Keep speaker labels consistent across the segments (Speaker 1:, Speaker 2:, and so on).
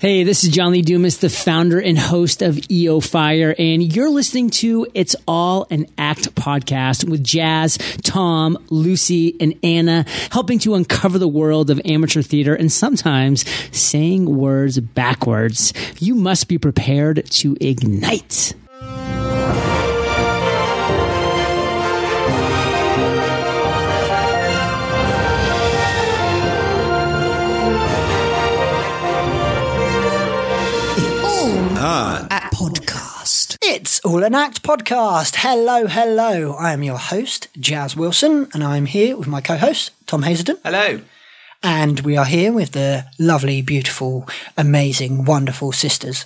Speaker 1: Hey, this is John Lee Dumas, the founder and host of EO Fire, and you're listening to It's All an Act podcast with Jazz, Tom, Lucy, and Anna, helping to uncover the world of amateur theater and sometimes saying words backwards. You must be prepared to ignite.
Speaker 2: at podcast.
Speaker 3: It's All an Act podcast. Hello, hello. I am your host, Jazz Wilson, and I'm here with my co host, Tom Hazelden.
Speaker 2: Hello.
Speaker 3: And we are here with the lovely, beautiful, amazing, wonderful sisters.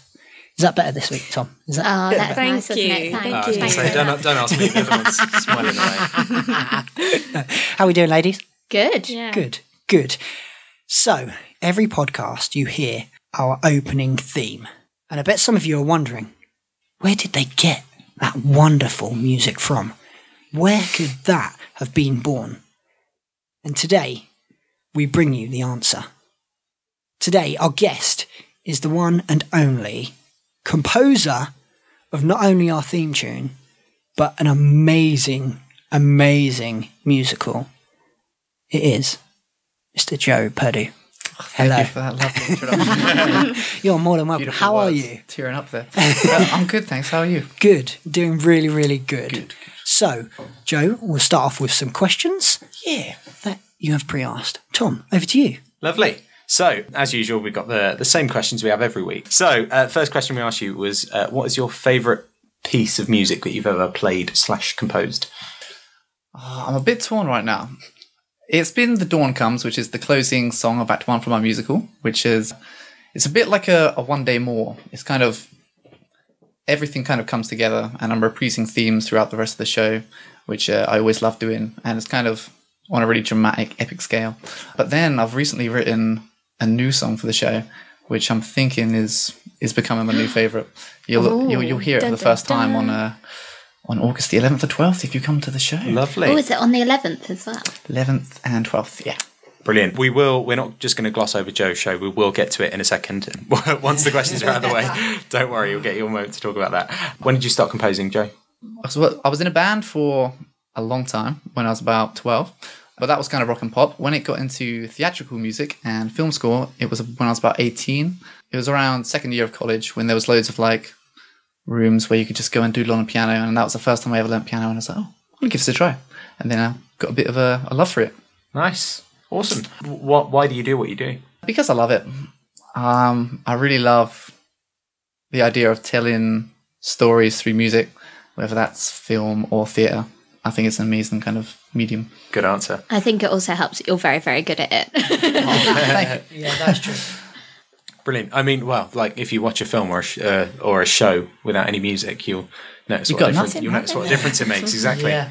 Speaker 3: Is that better this week, Tom? Is that
Speaker 4: Oh, that's nice, isn't it?
Speaker 5: you.
Speaker 4: Thank
Speaker 2: I
Speaker 4: you.
Speaker 2: was going to say, don't, don't ask me. Everyone's smiling away.
Speaker 3: how are we doing, ladies?
Speaker 4: Good.
Speaker 3: Good, good. So, every podcast you hear our opening theme. And I bet some of you are wondering where did they get that wonderful music from? Where could that have been born? And today, we bring you the answer. Today, our guest is the one and only composer of not only our theme tune, but an amazing, amazing musical. It is Mr. Joe Purdue. Hello.
Speaker 6: Thank you for that lovely introduction.
Speaker 3: You're more than welcome.
Speaker 6: Beautiful
Speaker 3: How
Speaker 6: words.
Speaker 3: are you?
Speaker 6: Tearing up there. Uh, I'm good, thanks. How are you?
Speaker 3: Good. Doing really, really good. So, Joe, we'll start off with some questions. Yeah. That you have pre asked. Tom, over to you.
Speaker 2: Lovely. So, as usual, we've got the, the same questions we have every week. So, uh, first question we asked you was uh, what is your favourite piece of music that you've ever played slash composed?
Speaker 6: Oh, I'm a bit torn right now. It's been The Dawn Comes, which is the closing song of Act One from our musical, which is it's a bit like a, a one day more. It's kind of everything kind of comes together and I'm reprising themes throughout the rest of the show, which uh, I always love doing, and it's kind of on a really dramatic, epic scale. But then I've recently written a new song for the show, which I'm thinking is is becoming my new favorite. You'll you'll, you'll hear it for the first time on uh, on August the 11th or 12th if you come to the show.
Speaker 2: Lovely.
Speaker 4: Oh, is it on the 11th as well?
Speaker 6: 11th and 12th, yeah.
Speaker 2: Brilliant. We will, we're not just going to gloss over Joe's show. We will get to it in a second. Once the questions are out of the way, don't worry, we'll get you a moment to talk about that. When did you start composing, Joe?
Speaker 6: So what- I was in a band for a long time when I was about 12, but that was kind of rock and pop. When it got into theatrical music and film score, it was when I was about 18. It was around second year of college when there was loads of like rooms where you could just go and doodle on a piano. And that was the first time I ever learned piano. And I was like, oh, I'll give this a try. And then I got a bit of a, a love for it.
Speaker 2: Nice. Awesome. What, why do you do what you do?
Speaker 6: because I love it. Um, I really love the idea of telling stories through music, whether that's film or theatre. I think it's an amazing kind of medium.
Speaker 2: Good answer.
Speaker 4: I think it also helps. that You're very, very good at it.
Speaker 3: Yeah, that's true.
Speaker 2: Brilliant. I mean, well, like if you watch a film or a sh- uh, or a show without any music, you'll notice, what,
Speaker 6: got
Speaker 2: a difference,
Speaker 6: nothing,
Speaker 2: you'll notice what a difference it makes. Exactly.
Speaker 3: Yeah.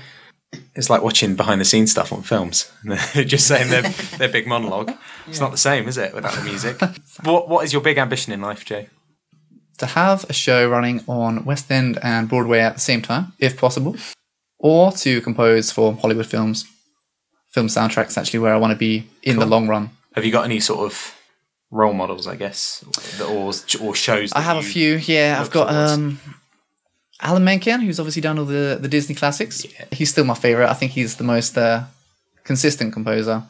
Speaker 2: It's like watching behind the scenes stuff on films. Just saying their their big monologue. It's not the same, is it, without the music? what What is your big ambition in life, Jay?
Speaker 6: To have a show running on West End and Broadway at the same time, if possible, or to compose for Hollywood films. Film soundtracks actually where I want to be in the long run.
Speaker 2: Have you got any sort of role models? I guess, that- or or shows. That
Speaker 6: I have a
Speaker 2: you-
Speaker 6: few. Yeah, I've
Speaker 2: look
Speaker 6: got
Speaker 2: towards?
Speaker 6: um, Alan Menken, who's obviously done all the the Disney classics. He's still my favorite. I think he's the most uh, consistent composer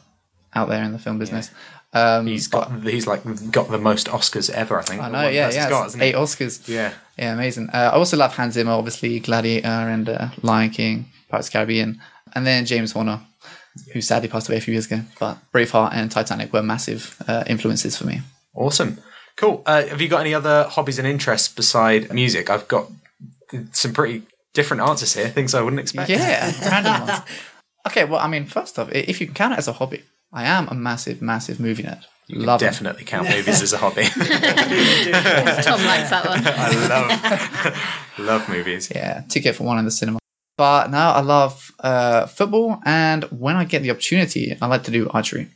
Speaker 6: out there in the film business. Um,
Speaker 2: He's got he's like got the most Oscars ever. I think.
Speaker 6: I know. Oh, Yeah, yeah. it's eight Oscars.
Speaker 2: Yeah.
Speaker 6: Yeah, amazing. Uh, I also love Hans Zimmer, obviously Gladiator and uh, Lion King, Pirates of the Caribbean, and then James Horner, who sadly passed away a few years ago. But Braveheart and Titanic were massive uh, influences for me.
Speaker 2: Awesome. Cool. Uh, have you got any other hobbies and interests beside music? I've got some pretty different answers here, things I wouldn't expect.
Speaker 6: Yeah, random ones. Okay, well, I mean, first off, i- if you can count it as a hobby, I am a massive, massive movie nerd. Love it.
Speaker 2: Definitely count movies as a hobby.
Speaker 4: Tom likes that one.
Speaker 2: I love love movies.
Speaker 6: Yeah, ticket for one in the cinema. But now I love uh, football, and when I get the opportunity, I like to do archery.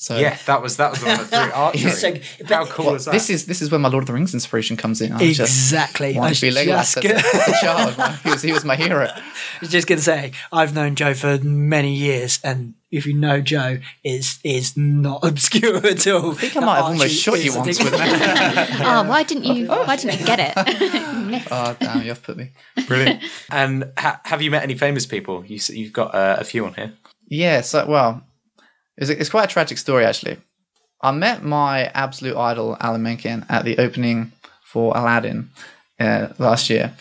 Speaker 6: So
Speaker 2: Yeah, that was that was the one that threw it. Archery.
Speaker 3: So-
Speaker 2: How
Speaker 3: but-
Speaker 2: cool
Speaker 6: Well,
Speaker 2: is that?
Speaker 6: this is this is where my Lord of the Rings inspiration comes in. I
Speaker 3: Exactly.
Speaker 6: Just want
Speaker 3: I
Speaker 6: to be
Speaker 3: was
Speaker 6: Legolas
Speaker 3: just
Speaker 6: as, a- as a child. He was, he was my hero.
Speaker 3: I was just going to say, I've known Joe for many years, and if you know Joe, is is not obscure at all. I
Speaker 6: I think I might have almost shot you once with that.
Speaker 4: Oh, why didn't you? Why didn't you get it? Missed.
Speaker 6: oh, damn, you've put me.
Speaker 2: Brilliant. and ha- have you met any famous people? You, s- you've got uh, a few on here.
Speaker 6: Yeah, so, well, it's, it's quite a tragic story, actually. I met my absolute idol, Alan Menken, at the opening for Aladdin uh, last year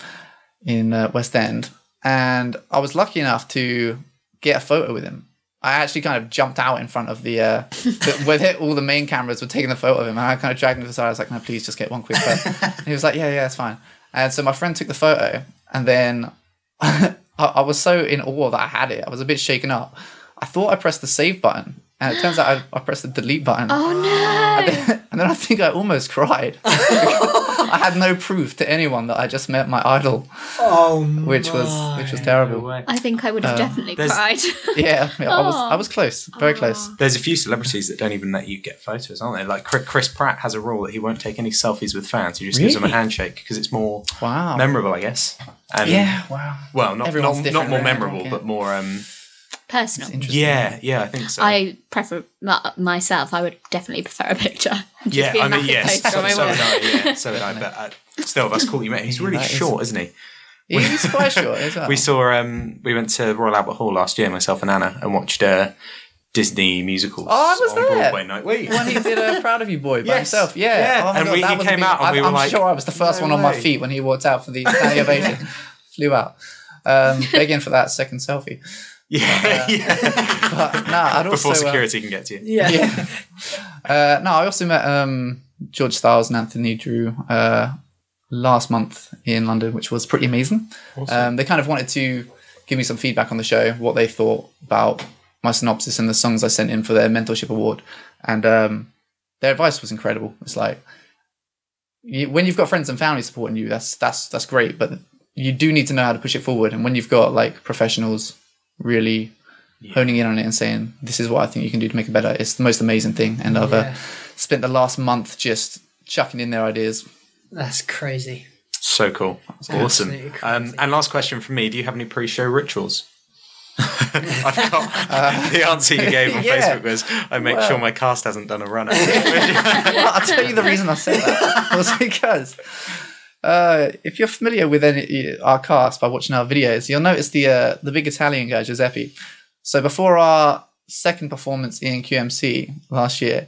Speaker 6: in uh, West End. And I was lucky enough to get a photo with him. I actually kind of jumped out in front of the, uh, the where the, all the main cameras were taking the photo of him. And I kind of dragged him to the side. I was like, no, please just get one quick photo. and he was like, yeah, yeah, it's fine. And so my friend took the photo. And then I, I was so in awe that I had it. I was a bit shaken up. I thought I pressed the save button. And it turns out I, I pressed the delete button.
Speaker 4: Oh no!
Speaker 6: And then I think I almost cried. I had no proof to anyone that I just met my idol,
Speaker 3: Oh,
Speaker 6: which was which was terrible.
Speaker 2: way.
Speaker 4: I think I would have definitely
Speaker 2: there's-
Speaker 4: cried.
Speaker 6: Yeah, yeah, I was
Speaker 4: Aw.
Speaker 6: I was close, very
Speaker 4: Oh.
Speaker 6: close.
Speaker 2: There's a few celebrities that don't even let you get photos, aren't there? Like Chri- Chris Pratt has a rule that he won't take any selfies with fans. He just gives them a
Speaker 6: Really?
Speaker 2: handshake because it's more
Speaker 6: Wow.
Speaker 2: memorable, I guess. And
Speaker 6: yeah, wow.
Speaker 2: Well, not not,
Speaker 6: Everyone's
Speaker 2: not
Speaker 6: different,
Speaker 2: more
Speaker 6: right?
Speaker 2: memorable,
Speaker 6: Okay.
Speaker 2: but more. Um,
Speaker 4: Personal.
Speaker 6: Interesting.
Speaker 2: yeah, yeah, I think so.
Speaker 4: I prefer my, myself. I would definitely prefer a picture. Just
Speaker 2: yeah,
Speaker 4: be a
Speaker 2: I mean,
Speaker 4: massive
Speaker 2: yes.
Speaker 4: poster
Speaker 2: So,
Speaker 4: on my
Speaker 2: so
Speaker 4: wall.
Speaker 2: would I. Yeah, so would I. But uh, still, that's cool. You met. him. He's really
Speaker 6: that is-
Speaker 2: short, is. not he?
Speaker 6: He's quite short as well.
Speaker 2: We saw. Um, we went to Royal Albert Hall last year, myself and Anna, and watched uh, Disney musicals.
Speaker 6: Oh, I was
Speaker 2: on
Speaker 6: there.
Speaker 2: Broadway night. Were you?
Speaker 6: when he did a "Proud of You" boy by
Speaker 2: Yes.
Speaker 6: himself, yeah,
Speaker 2: Yeah.
Speaker 6: Oh my
Speaker 2: And
Speaker 6: God,
Speaker 2: we-
Speaker 6: that
Speaker 2: he
Speaker 6: was
Speaker 2: came
Speaker 6: big-
Speaker 2: out and
Speaker 6: I,
Speaker 2: we were
Speaker 6: I'm
Speaker 2: like,
Speaker 6: sure I was the first
Speaker 2: "No
Speaker 6: one on my
Speaker 2: way."
Speaker 6: feet when he walked out for the standing ovation. Flew out, um, begging for that second selfie.
Speaker 2: yeah, yeah.
Speaker 6: But nah, I'd also
Speaker 2: Before
Speaker 6: uh,
Speaker 2: security can get to you.
Speaker 3: yeah.
Speaker 6: yeah. Uh, no, I also met um, George Stiles and Anthony Drew uh, last month in London, which was pretty amazing. Um, they kind of wanted to give me some feedback on the show, what they thought about my synopsis and the songs I sent in for their mentorship award. And um, their advice was incredible. It's like, you, when you've got friends and family supporting you, that's that's that's great, but you do need to know how to push it forward. And when you've got like professionals really honing in on it and saying, "This is what I think you can do to make it better," it's the most amazing thing. And I've uh, spent the last month just chucking in their ideas.
Speaker 3: That's crazy.
Speaker 2: So cool. Awesome.
Speaker 3: absolutely
Speaker 2: Um, and last question from me: Do you have any pre-show rituals? I forgot the answer you gave on
Speaker 6: Uh, yeah.
Speaker 2: Facebook was I make sure my cast hasn't done a runner.
Speaker 6: Well, I'll tell you the reason I said that was because uh, if you're familiar with any, our cast by watching our videos, you'll notice the uh, the big Italian guy Giuseppe. So before our second performance in QMC last year,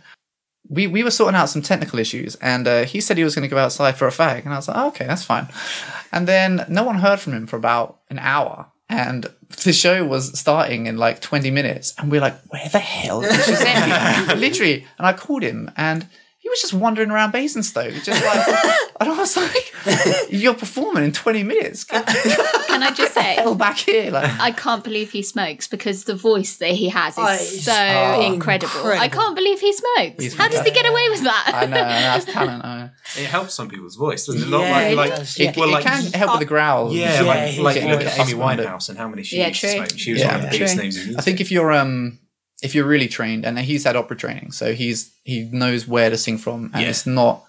Speaker 6: we, we were sorting out some technical issues, and uh, he said he was going to go outside for a fag, and I was like, oh, okay, that's fine. And then no one heard from him for about an hour. And the show was starting in like 20 minutes, and we're like, where the hell is Giuseppe? Literally. And I called him, and he was just wandering around Basingstoke, just like, and I was like, you're performing in 20 minutes. Get the
Speaker 4: Can I just say,
Speaker 6: hell back here. Like,
Speaker 4: I can't believe he smokes because the voice that he has is
Speaker 3: Oh, it's
Speaker 4: so incredible. I
Speaker 3: incredible.
Speaker 4: can't believe he smokes.
Speaker 6: He's
Speaker 4: How does he get away with that?
Speaker 6: I know, that's talent. I know.
Speaker 2: It helps some people's voice, doesn't it?
Speaker 3: Yeah,
Speaker 2: Not like,
Speaker 3: it
Speaker 2: like,
Speaker 3: does,
Speaker 2: it,
Speaker 3: yeah.
Speaker 2: well,
Speaker 6: it
Speaker 2: like,
Speaker 6: can help with the growl.
Speaker 2: yeah, like,
Speaker 3: Yeah,
Speaker 2: like
Speaker 3: his
Speaker 2: you look
Speaker 3: voice.
Speaker 2: at Amy
Speaker 6: Husband.
Speaker 2: Winehouse and how many she
Speaker 4: Yeah,
Speaker 2: used to
Speaker 4: true.
Speaker 2: smoke. She was
Speaker 6: Yeah,
Speaker 2: one of the biggest
Speaker 4: true.
Speaker 2: names in music.
Speaker 6: I think if you're um if you're really trained and he's had opera training, so he's he knows where to sing from and
Speaker 2: Yeah.
Speaker 6: it's not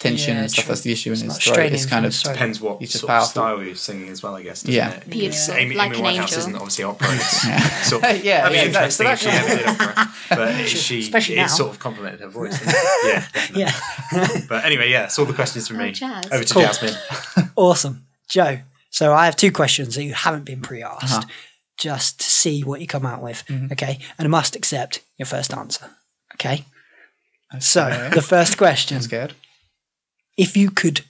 Speaker 6: tension
Speaker 3: Yeah,
Speaker 6: and stuff
Speaker 3: true.
Speaker 6: that's the issue in his
Speaker 3: not
Speaker 6: throat.
Speaker 3: straining
Speaker 6: It's kind
Speaker 3: from
Speaker 6: of
Speaker 3: his throat.
Speaker 2: depends what
Speaker 6: He's just
Speaker 2: sort of
Speaker 6: powerful.
Speaker 2: style you're singing as well, I guess. Doesn't
Speaker 6: Yeah.
Speaker 2: it?
Speaker 4: Beautiful.
Speaker 2: Amy,
Speaker 4: Like
Speaker 2: Amy
Speaker 4: an
Speaker 2: Winehouse
Speaker 4: angel.
Speaker 2: isn't obviously opera. It's sort of,
Speaker 6: Yeah,
Speaker 2: that'd be
Speaker 6: yeah, exactly. So
Speaker 2: interesting if she
Speaker 6: that-
Speaker 2: ever did opera, but she
Speaker 3: Especially now.
Speaker 2: it sort of complemented her voice. didn't it? yeah, definitely.
Speaker 3: Yeah.
Speaker 2: But anyway, yeah, that's all the questions from me.
Speaker 4: Jazz.
Speaker 2: Over to
Speaker 3: Cool.
Speaker 2: Jasmine.
Speaker 3: Awesome. Joe, so I have two questions that you haven't been pre asked,
Speaker 6: Uh-huh.
Speaker 3: just to see what you come out with.
Speaker 6: Mm-hmm.
Speaker 3: Okay. And I must accept your first answer. Okay. So,
Speaker 6: Okay.
Speaker 3: the first question
Speaker 6: I'm scared.
Speaker 3: if you could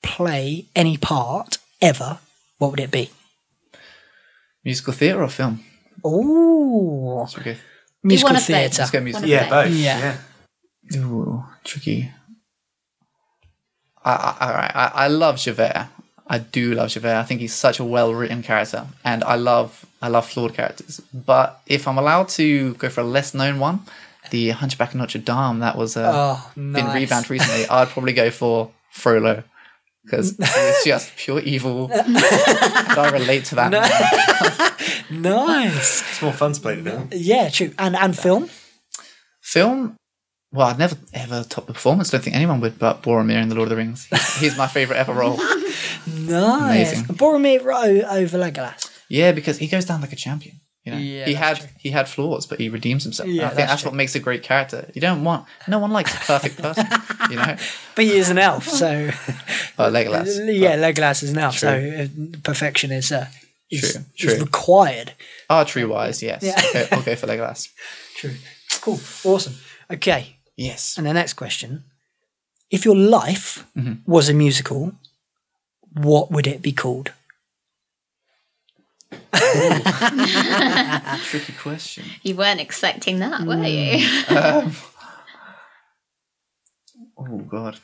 Speaker 3: play any part ever, what would it be?
Speaker 6: Musical theatre or film?
Speaker 3: Oh,
Speaker 6: That's okay.
Speaker 4: Do one
Speaker 3: musical
Speaker 4: of those.
Speaker 3: theatre.
Speaker 6: Let's go musical.
Speaker 4: One
Speaker 2: Yeah, both.
Speaker 3: Yeah.
Speaker 2: yeah.
Speaker 6: Ooh, tricky. I, I, all right, I, I love Javert. I do love Javert. I think he's such a well-written character, and I love I love flawed characters. But if I'm allowed to go for a less-known one, the Hunchback of Notre Dame, that was uh,
Speaker 3: Oh,
Speaker 6: been
Speaker 3: nice.
Speaker 6: revamped recently, I'd probably go for Frollo because it's just pure evil. and I relate to that. man.
Speaker 3: Nice.
Speaker 2: It's more fun to play than
Speaker 3: Yeah, true. And and film.
Speaker 6: film, well, I'd never ever top the performance. Don't think anyone would, but Boromir in The Lord of the Rings. He's my favorite ever role.
Speaker 3: Nice.
Speaker 6: Amazing.
Speaker 3: Boromir Row over Legolas.
Speaker 6: Yeah, because he goes down like a champion. You know,
Speaker 3: Yeah,
Speaker 6: he had
Speaker 3: that's
Speaker 6: he had flaws, but he redeems himself.
Speaker 3: Yeah,
Speaker 6: and I think
Speaker 3: that's
Speaker 6: that's, what makes a great character. You don't want no one likes a perfect person. you know,
Speaker 3: But he is an elf, so
Speaker 6: but Legolas.
Speaker 3: yeah, Legolas is an elf, so uh, perfection is uh, is,
Speaker 6: True,
Speaker 3: is
Speaker 6: true.
Speaker 3: required.
Speaker 6: Archery wise, yes.
Speaker 3: Yeah.
Speaker 6: Okay, I'll go for Legolas.
Speaker 3: True. Cool. Awesome. Okay.
Speaker 6: Yes.
Speaker 3: And the next question: If your life
Speaker 6: Mm-hmm.
Speaker 3: was a musical, what would it be called?
Speaker 6: Tricky question.
Speaker 4: You weren't expecting that, were you?
Speaker 6: Oh god.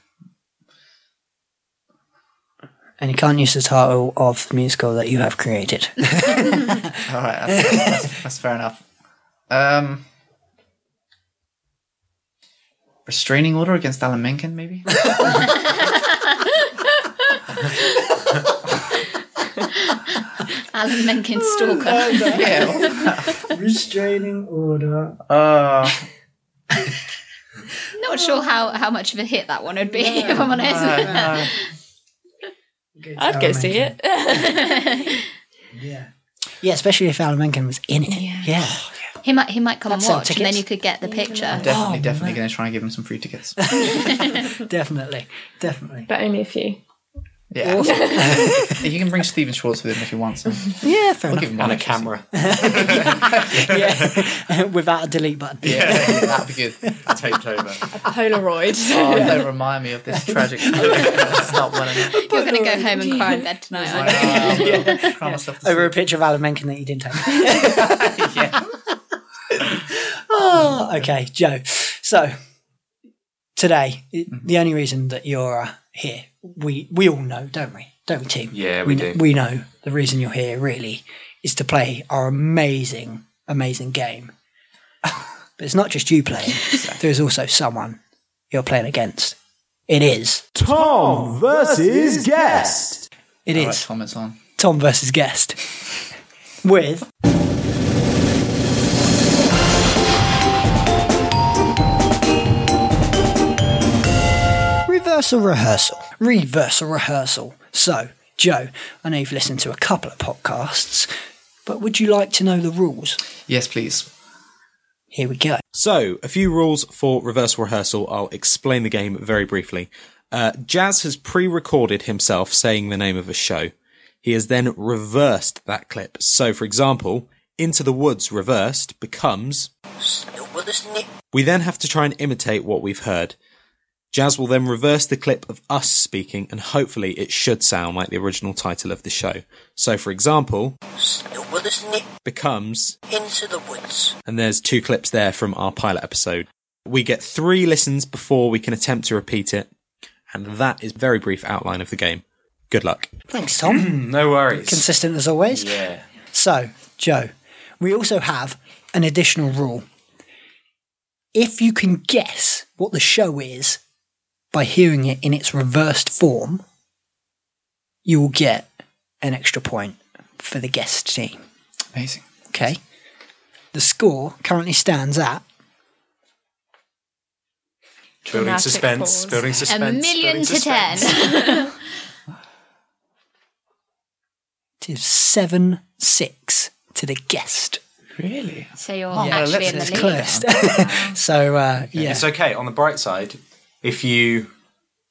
Speaker 3: And you can't use the title of the musical that you have created.
Speaker 6: All right, that's, that's, that's fair enough. Um, restraining order against Alan Menken, maybe.
Speaker 4: Alan Menken stalker.
Speaker 6: yeah.
Speaker 3: Restraining order.
Speaker 6: Uh,
Speaker 3: Oh,
Speaker 4: Not sure how, how much of a hit that one would be, if I'm honest.
Speaker 6: uh,
Speaker 5: I'd go see it.
Speaker 3: Yeah. Yeah, especially if Alan Menken was in it.
Speaker 4: Yeah.
Speaker 3: Yeah.
Speaker 4: He might he might come
Speaker 3: That's
Speaker 4: and
Speaker 3: our
Speaker 4: watch, and then
Speaker 3: tickets.
Speaker 4: you could get the picture.
Speaker 6: definitely, definitely going to try and give him some free tickets.
Speaker 3: definitely. Definitely.
Speaker 5: But only a few.
Speaker 6: Yeah. you can bring Steven Schwartz with him if he wants. Him.
Speaker 3: Yeah, fair
Speaker 6: We'll
Speaker 3: enough.
Speaker 6: give him
Speaker 2: and
Speaker 6: one
Speaker 2: a
Speaker 6: extra seat.
Speaker 2: camera.
Speaker 3: Yeah. Without a delete button.
Speaker 6: Yeah, yeah, that'd be good.
Speaker 2: taped over.
Speaker 5: Polaroid.
Speaker 6: Oh, don't remind me of this tragic. Stop winning.
Speaker 4: You're going to go home and cry in bed tonight. aren't you?
Speaker 6: Um, Yeah. Try myself to
Speaker 3: Over a picture of Alan Menken that you didn't take.
Speaker 6: sleep. Yeah.
Speaker 3: oh, okay, Joe. So today, i the only reason that you're uh, here, we we all know, don't we? Don't we, team?
Speaker 2: Yeah, we
Speaker 3: kn-
Speaker 2: do.
Speaker 3: We know the reason you're here really is to play our amazing, amazing game. but it's not just you playing. there is also someone you're playing against. It is.
Speaker 7: Tom versus guest.
Speaker 3: It
Speaker 6: All
Speaker 3: is
Speaker 6: right, Tom, it's on.
Speaker 3: Tom versus guest. With reversal rehearsal. Reversal rehearsal. So, Joe, I know you've listened to a couple of podcasts, but would you like to know the rules?
Speaker 6: Yes, please.
Speaker 3: Here we go.
Speaker 7: So, a few rules for reverse rehearsal. I'll explain the game very briefly. Uh, Jazz has pre recorded himself saying the name of a show. He has then reversed that clip. So, for example, Into the Woods reversed becomes. We then have to try and imitate what we've heard. Jazz will then reverse the clip of us speaking, and hopefully it should sound like the original title of the show. So, for example, becomes and there's two clips there from our pilot episode. We get three listens before we can attempt to repeat it, and that is a very brief outline of the game. Good luck.
Speaker 3: Thanks, Tom.
Speaker 2: Mm, No worries.
Speaker 3: Consistent as always.
Speaker 2: yeah.
Speaker 3: So, Joe, we also have an additional rule. If you can guess what the show is by hearing it in its reversed form, you will get an extra point for the guest team.
Speaker 6: Amazing.
Speaker 3: Okay? The score currently stands at
Speaker 2: Building
Speaker 5: Dramatic
Speaker 2: suspense.
Speaker 5: pause.
Speaker 2: Building
Speaker 4: A
Speaker 2: suspense.
Speaker 4: million
Speaker 2: building
Speaker 4: to ten.
Speaker 2: suspense.
Speaker 3: it is 7 6 to the guest.
Speaker 6: Really?
Speaker 4: So you're
Speaker 6: Yeah,
Speaker 4: actually
Speaker 6: let's-
Speaker 4: in the
Speaker 6: let's
Speaker 4: lead.
Speaker 3: close. so, uh, yeah.
Speaker 2: It's okay. On the bright side, if you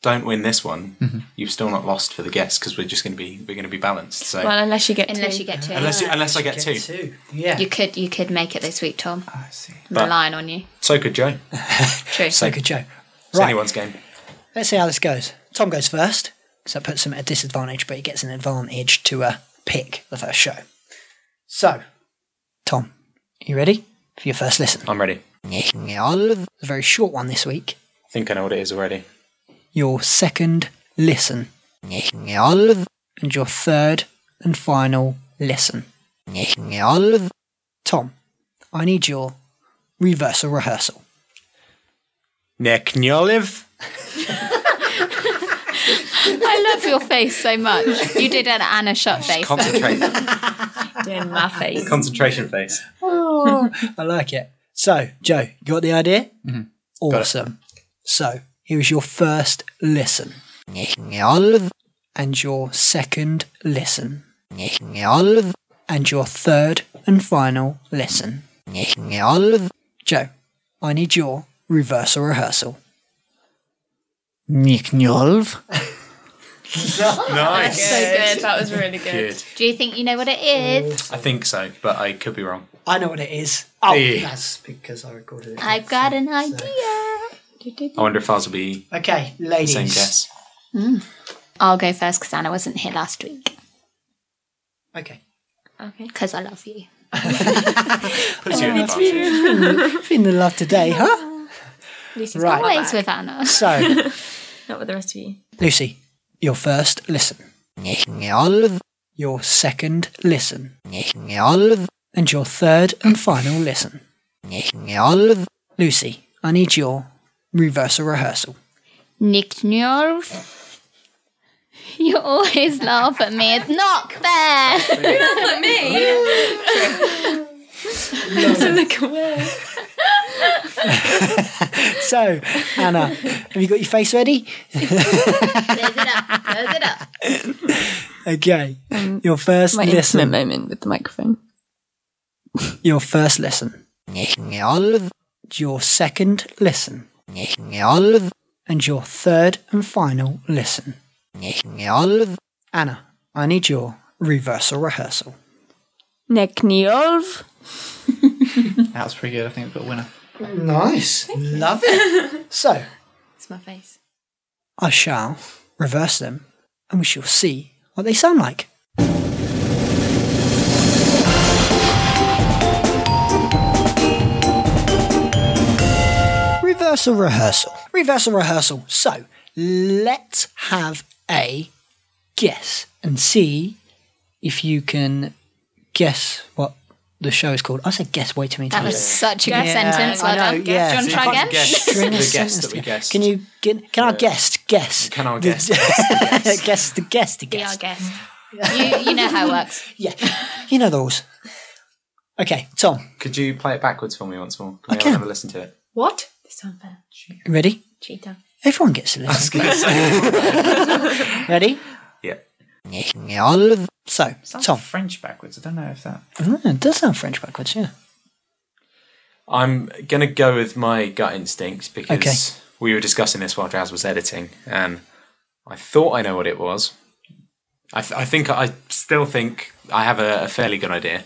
Speaker 2: don't win this one, you've still not lost for the guess because we're just going to be we're going to be balanced. So
Speaker 5: Well, unless you get
Speaker 4: Unless
Speaker 5: two.
Speaker 4: you get two.
Speaker 2: unless you, unless I get two,
Speaker 3: Yeah.
Speaker 4: You could you could make it this week, Tom.
Speaker 6: I see.
Speaker 4: I'm relying on you.
Speaker 2: so could Joe.
Speaker 4: True.
Speaker 3: So good, Joe.
Speaker 2: It's anyone's game.
Speaker 3: Let's see how this goes. Tom goes first, so that puts him at a disadvantage, but he gets an advantage to uh, pick the first show. So, Tom, you ready for your first listen?
Speaker 2: I'm ready.
Speaker 3: Yeah, I love- a very short one this week.
Speaker 2: I think I know what it is already.
Speaker 3: Your second listen. Yeah, I love- And your third and final listen. Yeah, I love- Tom, I need your reversal rehearsal.
Speaker 2: Nick Nyoliv.
Speaker 4: I love your face so much. You did an Anna shot face.
Speaker 2: Concentrate.
Speaker 5: Doing my face.
Speaker 2: Concentration face.
Speaker 3: Oh, I like it. So, Joe, you got the idea?
Speaker 2: Mm-hmm.
Speaker 3: Awesome. So, here is your first listen. And your second listen. And your third and final listen. Joe, I need your reversal rehearsal.
Speaker 2: Nice.
Speaker 5: So good. That was really good.
Speaker 2: Good.
Speaker 4: Do you think you know what it is?
Speaker 2: I think so, but I could be wrong.
Speaker 3: I know what it is. Oh,
Speaker 2: Yeah.
Speaker 3: that's because I recorded it.
Speaker 4: I've got an idea.
Speaker 2: I wonder if ours will be
Speaker 3: Okay,
Speaker 2: the
Speaker 3: ladies.
Speaker 2: same guess.
Speaker 4: I'll go first because Anna wasn't here last week.
Speaker 3: Okay.
Speaker 4: Okay. Because I love you.
Speaker 2: Puts you in advance.
Speaker 3: Feeling the love today, huh?
Speaker 5: Lucy's got
Speaker 3: Right.
Speaker 5: my
Speaker 4: Always
Speaker 5: back.
Speaker 4: with Anna.
Speaker 3: So,
Speaker 5: Not with the rest of you.
Speaker 3: Lucy, your first listen. Your second listen. And your third and final listen. Lucy, I need your reversal rehearsal.
Speaker 4: Nick Nurse. You always laugh at me. It's not fair.
Speaker 5: Look away.
Speaker 3: So, Anna, have you got your face ready?
Speaker 4: Close it up. Close it up.
Speaker 3: Okay. Your first
Speaker 5: My
Speaker 3: listen.
Speaker 5: intimate moment with the microphone.
Speaker 3: Your first listen. Your second listen. And your third and final listen. Anna, I need your reversal rehearsal.
Speaker 5: Nekniolv.
Speaker 6: That was pretty good. I think we've got a winner.
Speaker 3: Nice. Love it. So,
Speaker 4: It's my face.
Speaker 3: I shall reverse them and we shall see what they sound like. Reversal rehearsal. Reversal rehearsal. So let's have a guess and see if you can guess what the show is called. I said guess way too many
Speaker 4: That
Speaker 3: times.
Speaker 4: was such a good
Speaker 3: Yeah,
Speaker 4: sentence. Well
Speaker 3: I know, yeah.
Speaker 4: done. Do you want to
Speaker 2: So you
Speaker 4: try
Speaker 2: can't
Speaker 4: again?
Speaker 2: guess the
Speaker 3: String a
Speaker 2: guess
Speaker 3: sentence
Speaker 2: that we
Speaker 3: together.
Speaker 2: guessed.
Speaker 3: Can you get, can our guest guess?
Speaker 2: Can our
Speaker 3: the-
Speaker 2: guest guess the guess?
Speaker 3: guess the guess the
Speaker 4: Be our
Speaker 3: guess?
Speaker 4: guest. You, you know how it works.
Speaker 3: Yeah, you know those. Okay, Tom,
Speaker 2: Could you play it backwards for me once more? Can
Speaker 3: I
Speaker 2: we
Speaker 3: can.
Speaker 2: all have a listen to it?
Speaker 5: What? This sounds bad.
Speaker 3: you ready?
Speaker 4: Cheetah.
Speaker 3: Everyone gets a listen. ready?
Speaker 2: Yeah.
Speaker 3: So,
Speaker 6: Sounds
Speaker 3: Tom.
Speaker 6: French backwards. I don't know if that.
Speaker 3: Mm, it does sound French backwards, yeah.
Speaker 2: I'm gonna go with my gut instincts because
Speaker 3: Okay.
Speaker 2: we were discussing this while Jazz was editing, and I thought I know what it was. I, th- I think I still think I have a, a fairly good idea,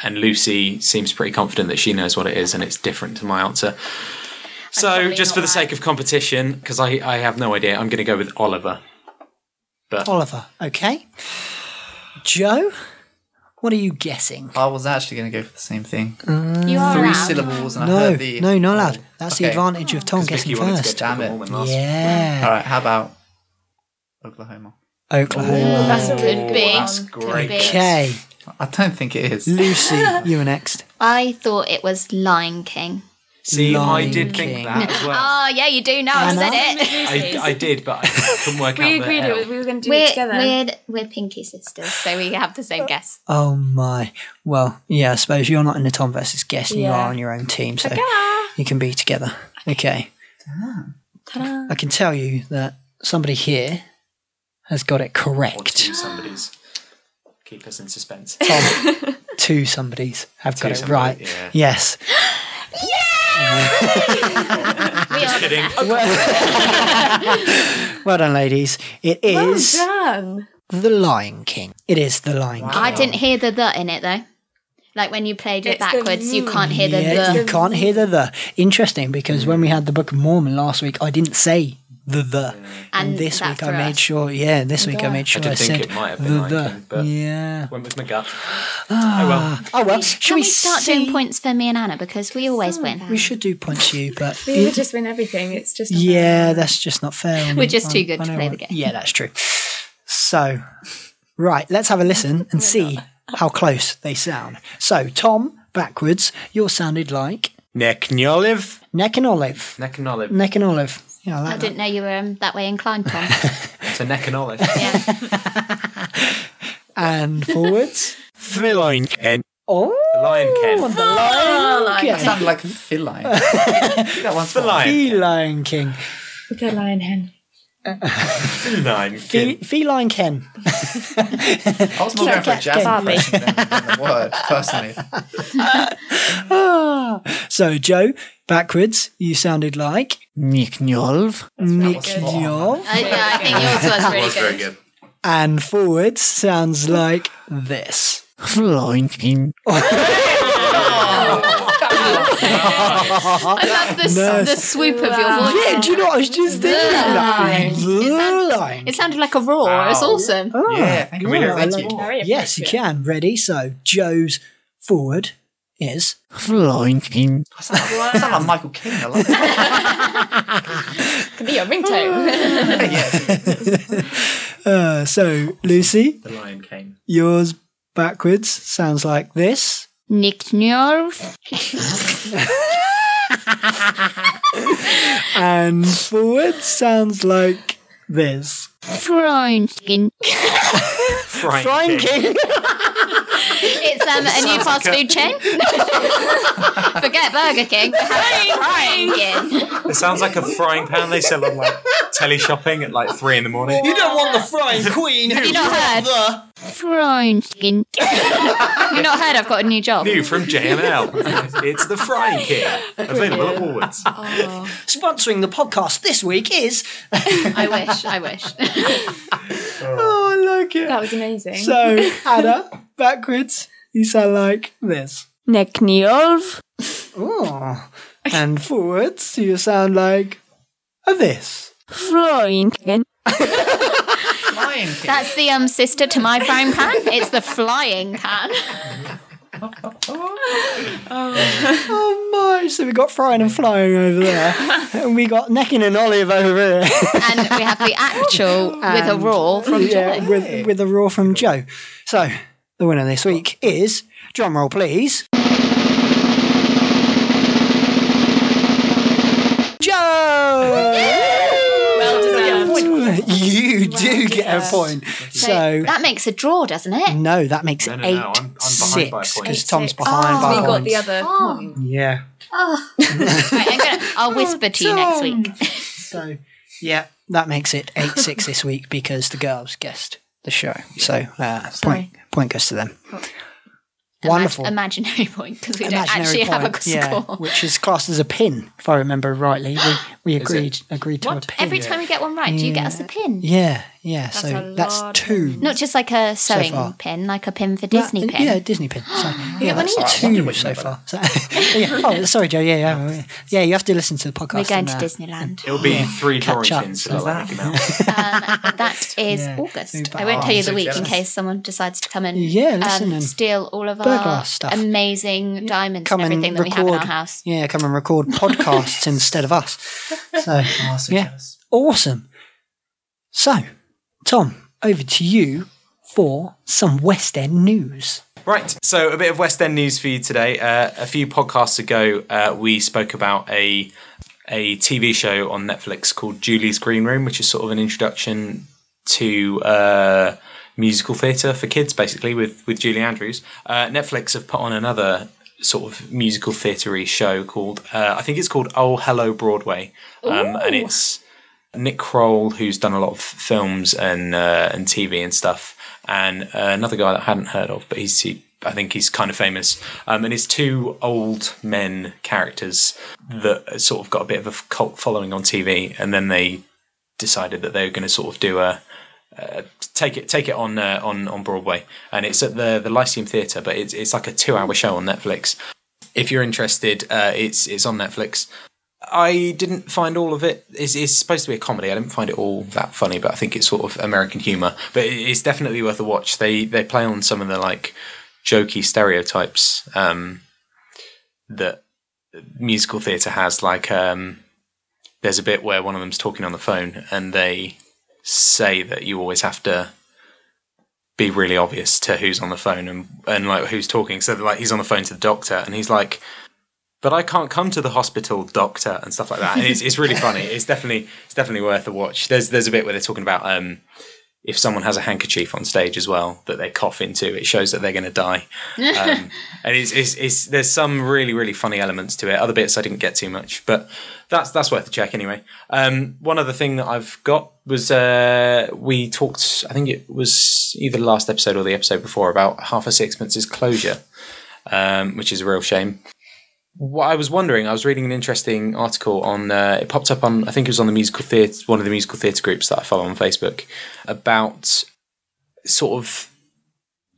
Speaker 2: and Lucy seems pretty confident that she knows what it is, and it's different to my answer. So,
Speaker 4: probably
Speaker 2: just for the
Speaker 4: not
Speaker 2: sake of competition, because I, I have no idea, I'm going to go with Oliver. But
Speaker 3: Oliver, okay. Joe, what are you guessing?
Speaker 6: I was actually going to go for the same thing.
Speaker 4: You are
Speaker 6: Three
Speaker 4: around.
Speaker 6: syllables, and I
Speaker 3: No,
Speaker 6: heard the.
Speaker 3: no, not allowed. That's the
Speaker 6: Okay.
Speaker 3: advantage of Tom guessing
Speaker 2: Oh, Vicky wanted to
Speaker 3: first.
Speaker 2: go
Speaker 6: Damn
Speaker 2: to
Speaker 6: it.
Speaker 2: the woman last.
Speaker 6: All
Speaker 3: Yeah.
Speaker 6: right. How about Oklahoma?
Speaker 3: Oklahoma.
Speaker 5: That's a
Speaker 4: Could be.
Speaker 2: That's
Speaker 4: Could
Speaker 2: great.
Speaker 4: be.
Speaker 3: Okay,
Speaker 6: I don't think it is.
Speaker 3: Lucy, you were next.
Speaker 4: I thought it was Lion King.
Speaker 2: See, I
Speaker 3: Lion
Speaker 2: did
Speaker 3: King.
Speaker 2: think that as well.
Speaker 4: Oh, yeah, you do know. I've
Speaker 3: Anna?
Speaker 4: said it.
Speaker 2: I, I did, but I couldn't work out.
Speaker 5: We
Speaker 2: the
Speaker 5: agreed
Speaker 2: L.
Speaker 5: it was, we were going to do it
Speaker 4: We're,
Speaker 5: together.
Speaker 4: we're, we're pinky sisters, so we have the same guess.
Speaker 3: Oh my. Well, yeah, I suppose you're not in the Tom versus guess and you
Speaker 5: Yeah.
Speaker 3: are on your own team, so
Speaker 5: Ta-da.
Speaker 3: you can be together. Okay.
Speaker 5: Ta-da.
Speaker 3: I can tell you that somebody here has got it
Speaker 2: or
Speaker 3: correct.
Speaker 2: two somebodies. Keep us in suspense.
Speaker 3: Tom, two somebodies have got it
Speaker 2: Two
Speaker 3: right.
Speaker 2: somebody, yeah.
Speaker 3: Yes.
Speaker 4: We are
Speaker 2: Kidding.
Speaker 3: Well done, ladies. It is
Speaker 5: Done.
Speaker 3: The Lion King. It is The Lion King.
Speaker 4: I didn't hear the the in it though. Like when you played it
Speaker 5: It's the
Speaker 4: backwards, you can't hear the
Speaker 3: Yeah, you
Speaker 4: the.
Speaker 3: can't hear the the. Interesting, because when we had the Book of Mormon last week, I didn't say the the. And,
Speaker 4: And
Speaker 3: this
Speaker 4: that
Speaker 3: week I
Speaker 4: threw
Speaker 3: made
Speaker 4: us.
Speaker 3: sure, yeah, this week I made sure
Speaker 2: I
Speaker 3: I,
Speaker 2: did think
Speaker 3: said
Speaker 2: it might have
Speaker 3: the
Speaker 2: been Lion
Speaker 3: the.
Speaker 2: King, but
Speaker 3: yeah.
Speaker 2: went with my gut. Oh well.
Speaker 3: Oh well, should
Speaker 4: Can
Speaker 3: we,
Speaker 4: we start
Speaker 3: see-
Speaker 4: doing points for me and Anna because we always win.
Speaker 3: We should do points you, but
Speaker 5: We would just win everything. It's just.
Speaker 3: yeah, that's just not fair.
Speaker 4: We're just too
Speaker 3: I-
Speaker 4: good
Speaker 3: I
Speaker 4: to
Speaker 3: know
Speaker 4: play
Speaker 3: what-
Speaker 4: the game.
Speaker 3: Yeah, that's true. So, right, let's have a listen and see how close they sound. So, Tom, backwards, yours sounded like
Speaker 2: Neck and olive.
Speaker 3: neck and olive,
Speaker 2: Neck and olive.
Speaker 3: neck and olive. Yeah, I
Speaker 4: I
Speaker 3: like that.
Speaker 4: didn't know you were um, that way inclined, Tom.
Speaker 2: So neck and olive.
Speaker 4: Yeah.
Speaker 3: And forwards,
Speaker 2: Feline.
Speaker 3: Oh,
Speaker 2: Lion Ken.
Speaker 3: the Lion
Speaker 6: That
Speaker 3: King.
Speaker 6: sounded like feline. that one's
Speaker 2: The Lion
Speaker 3: The
Speaker 2: Ken.
Speaker 3: Lion King.
Speaker 5: Good lion hen.
Speaker 2: The Lion
Speaker 3: Fe-
Speaker 2: Ken.
Speaker 3: Feline Ken.
Speaker 6: I was more going for a
Speaker 5: Cat-
Speaker 6: jazz
Speaker 5: Cat-
Speaker 6: impression than, than the word, personally.
Speaker 3: Ah. So, Joe, backwards, you sounded like Nick Njolv. Nick Njolv.
Speaker 4: I, yeah, I think yours was really good.
Speaker 2: good.
Speaker 3: And forwards sounds like this. Oh,
Speaker 4: I love the, s- the swoop of your voice.
Speaker 3: Yeah, do you know what I was just thinking? Like, Lion.
Speaker 4: It sounded like a roar. It's awesome.
Speaker 3: Oh.
Speaker 6: Yeah, thank you.
Speaker 2: we hear it
Speaker 6: Thank
Speaker 2: once
Speaker 6: you.
Speaker 3: Yes, you can. Ready? So, Joe's forward is.
Speaker 6: I sound like, I sound like Michael King. I like that.
Speaker 5: Could be your ringtone.
Speaker 3: Uh, so, Lucy,
Speaker 2: The Lion King.
Speaker 3: yours backwards sounds like this.
Speaker 4: Nick Nerve.
Speaker 3: And forward sounds like this.
Speaker 4: Freundchen.
Speaker 2: Frying,
Speaker 3: Frying King.
Speaker 4: It's um, a new fast food chain. Forget Burger King. Frying King.
Speaker 2: It sounds like a frying pan they sell on like telly shopping at like three in the morning.
Speaker 3: You don't want the frying queen.
Speaker 4: Have you not heard? Freundchen. You've not heard I've got a new job.
Speaker 2: New from JML. It's the Frying King. Available at Woolworths.
Speaker 3: Sponsoring the podcast this week is.
Speaker 4: I wish. I wish.
Speaker 3: Oh, I like it.
Speaker 5: That was amazing.
Speaker 3: So, Anna, backwards, you sound like this.
Speaker 5: Nekniolv.
Speaker 3: Oh. And forwards, you sound like a this.
Speaker 5: Freundchen.
Speaker 6: Lion King.
Speaker 4: That's the um sister to my frying pan. It's the flying pan.
Speaker 3: Oh my! So we got frying and flying over there, and we got necking and olive over here.
Speaker 4: And we have the actual with a roar from
Speaker 3: yeah, with with a roar from Joe. So the winner this week is drum roll, please. Joe.
Speaker 5: Well deserved.
Speaker 3: You do get a point. So Mm.
Speaker 4: That makes a draw, doesn't it?
Speaker 3: no, that makes
Speaker 2: No,
Speaker 3: it
Speaker 2: no,
Speaker 3: eight
Speaker 2: no, I'm- I'm behind by a
Speaker 3: six
Speaker 2: point.
Speaker 3: because
Speaker 2: Eight,
Speaker 3: Tom's behind
Speaker 5: Ah, We
Speaker 3: by
Speaker 5: got
Speaker 3: points.
Speaker 5: the other point.
Speaker 3: Yeah.
Speaker 4: Oh. Right, I'm gonna, I'll whisper to you next week.
Speaker 3: So yeah, that makes it eight six this week because the girls guessed the show. So uh, point point goes to them. Wonderful.
Speaker 4: Imag- imaginary point because we don't
Speaker 3: Imaginary
Speaker 4: actually have a
Speaker 3: point, yeah,
Speaker 4: score.
Speaker 3: which is classed as a pin, if I remember rightly. We, we agreed agreed to a pin.
Speaker 4: Every time we get one right, do you get us a pin?
Speaker 3: yeah, yeah. so that's two.
Speaker 4: Not just like a sewing
Speaker 3: far.
Speaker 4: pin, like a pin for Disney
Speaker 3: Uh,
Speaker 4: pin.
Speaker 3: Yeah, Disney pin. So, yeah, that's
Speaker 6: I wondered
Speaker 3: two
Speaker 6: what you
Speaker 3: so
Speaker 6: meant by
Speaker 3: far. So, yeah. Oh, sorry, Joe. Yeah, yeah, yeah. Yeah, you have to listen to the podcast.
Speaker 4: We're going
Speaker 3: and,
Speaker 4: to
Speaker 3: uh,
Speaker 4: Disneyland.
Speaker 2: It'll be three drawing
Speaker 3: Catch up.
Speaker 2: pins. That. Like anything else.
Speaker 4: that is
Speaker 3: Yeah.
Speaker 4: August.
Speaker 3: Move
Speaker 4: I won't
Speaker 3: back.
Speaker 4: tell you
Speaker 6: I'm
Speaker 4: the
Speaker 6: so
Speaker 4: week in
Speaker 6: jealous.
Speaker 4: case someone decides to come and um,
Speaker 3: Yeah, listen and
Speaker 4: steal all of our
Speaker 3: burglarize stuff.
Speaker 4: amazing diamonds
Speaker 3: Come
Speaker 4: and
Speaker 3: and
Speaker 4: everything that we have in our
Speaker 3: record.
Speaker 4: house.
Speaker 3: Yeah, come and record podcasts instead of us. So,
Speaker 6: so
Speaker 3: yeah,
Speaker 6: jealous.
Speaker 3: awesome. So, Tom, over to you for some West End news.
Speaker 2: Right, so a bit of West End news for you today. Uh, a few podcasts ago, uh, we spoke about a a TV show on Netflix called Julie's Green Room, which is sort of an introduction to uh, musical theatre for kids, basically with with Julie Andrews. Uh, Netflix have put on another sort of musical theatre show called uh, I think it's called Oh Hello Broadway, um, and it's Nick Kroll, who's done a lot of films and uh, and TV and stuff, and uh, another guy that I hadn't heard of, but he's he, I think he's kind of famous. Um, and it's two old men characters that sort of got a bit of a cult following on TV, and then they decided that they were going to sort of do a uh, take it take it on uh, on on Broadway, and it's at the the Lyceum Theatre, but it's it's like a two hour show on Netflix. If you're interested, uh, it's it's on Netflix. I didn't find all of it. It's, it's supposed to be a comedy. I didn't find it all that funny, but I think it's sort of American humor. But it- it's definitely worth a watch. They they play on some of the like jokey stereotypes um, that musical theatre has. Like um, there's a bit where one of them's talking on the phone, and they say that you always have to be really obvious to who's on the phone and, and like who's talking. So like he's on the phone to the doctor and he's like, "But I can't come to the hospital, doctor," and stuff like that. And it's, it's really funny. It's definitely it's definitely worth a watch. There's there's a bit where they're talking about um, if someone has a handkerchief on stage as well that they cough into, it shows that they're going to die. Um, and it's, it's, it's, there's some really, really funny elements to it. Other bits I didn't get too much, but that's that's worth a check anyway. Um, one other thing that I've got was uh, we talked, I think it was either the last episode or the episode before, about Half a Sixpence's closure, um, which is a real shame what I was wondering, I was reading an interesting article on. Uh, it popped up on, I think it was on the musical theatre, one of the musical theatre groups that I follow on Facebook, about sort of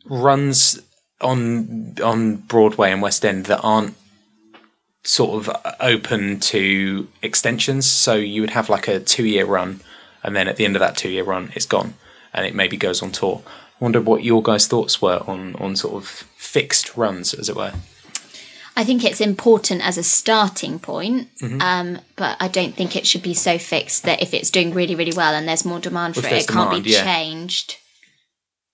Speaker 2: runs on on Broadway and West End that aren't sort of uh, open to extensions. So you would have like a two year run, and then at the end of that two year run, it's gone, and it maybe goes on tour. I wonder what your guys' thoughts were on on sort of fixed runs, as it were.
Speaker 4: I think it's important as a starting point,
Speaker 2: Mm-hmm.
Speaker 4: um, but I don't think it should be so fixed that if it's doing really, really well and there's more demand for
Speaker 2: If
Speaker 4: it,
Speaker 2: there's
Speaker 4: it can't
Speaker 2: demand,
Speaker 4: be
Speaker 2: yeah.
Speaker 4: changed.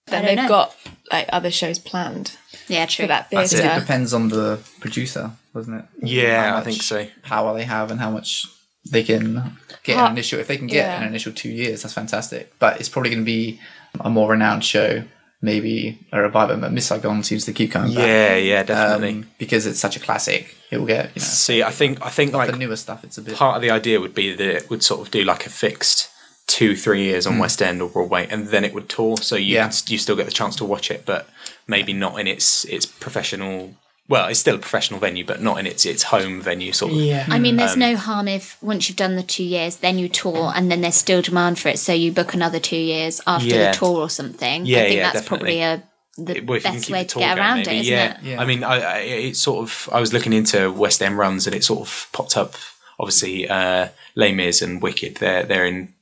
Speaker 8: Then
Speaker 4: don't
Speaker 8: they've
Speaker 4: know.
Speaker 8: got like other shows planned
Speaker 4: Yeah, true.
Speaker 8: for that
Speaker 6: That's it. It
Speaker 8: theatre.
Speaker 6: depends on the producer, doesn't it?
Speaker 2: Yeah,
Speaker 6: How
Speaker 2: I think
Speaker 6: much
Speaker 2: so.
Speaker 6: Power they have and how much they can get
Speaker 8: How-
Speaker 6: an initial. If they can get
Speaker 8: yeah.
Speaker 6: an initial two years, that's fantastic. But it's probably going to be a more renowned show, maybe a revival. But Miss Saigon seems to keep coming back.
Speaker 2: Yeah, yeah, definitely.
Speaker 6: Um, because it's such a classic, it will get you know
Speaker 2: See, I think I think like
Speaker 6: the newer stuff. It's a bit
Speaker 2: part of the idea would be that it would sort of do like a fixed two three years on West End or Broadway, and then it would tour. So you
Speaker 6: Yeah.
Speaker 2: could s- you still get the chance to watch it, but maybe not in its its professional. Well, it's still a professional venue, but not in its its home venue sort of. Yeah.
Speaker 4: I mean, there's no harm if once you've done the two years, then you tour and then there's still demand for it, so you book another two years after
Speaker 2: Yeah.
Speaker 4: the tour or something.
Speaker 2: Yeah,
Speaker 4: I think
Speaker 2: yeah,
Speaker 4: that's
Speaker 2: definitely.
Speaker 4: probably a the
Speaker 2: Well, if you can
Speaker 4: best
Speaker 2: keep
Speaker 4: way
Speaker 2: the
Speaker 4: to
Speaker 2: tour
Speaker 4: get
Speaker 2: going,
Speaker 4: around
Speaker 2: maybe.
Speaker 4: it, isn't
Speaker 2: yeah.
Speaker 4: it?
Speaker 6: Yeah.
Speaker 2: I mean, I, I, it sort of. I was looking into West End runs, and it sort of popped up. Obviously, uh, Les Mis and Wicked. They're they're in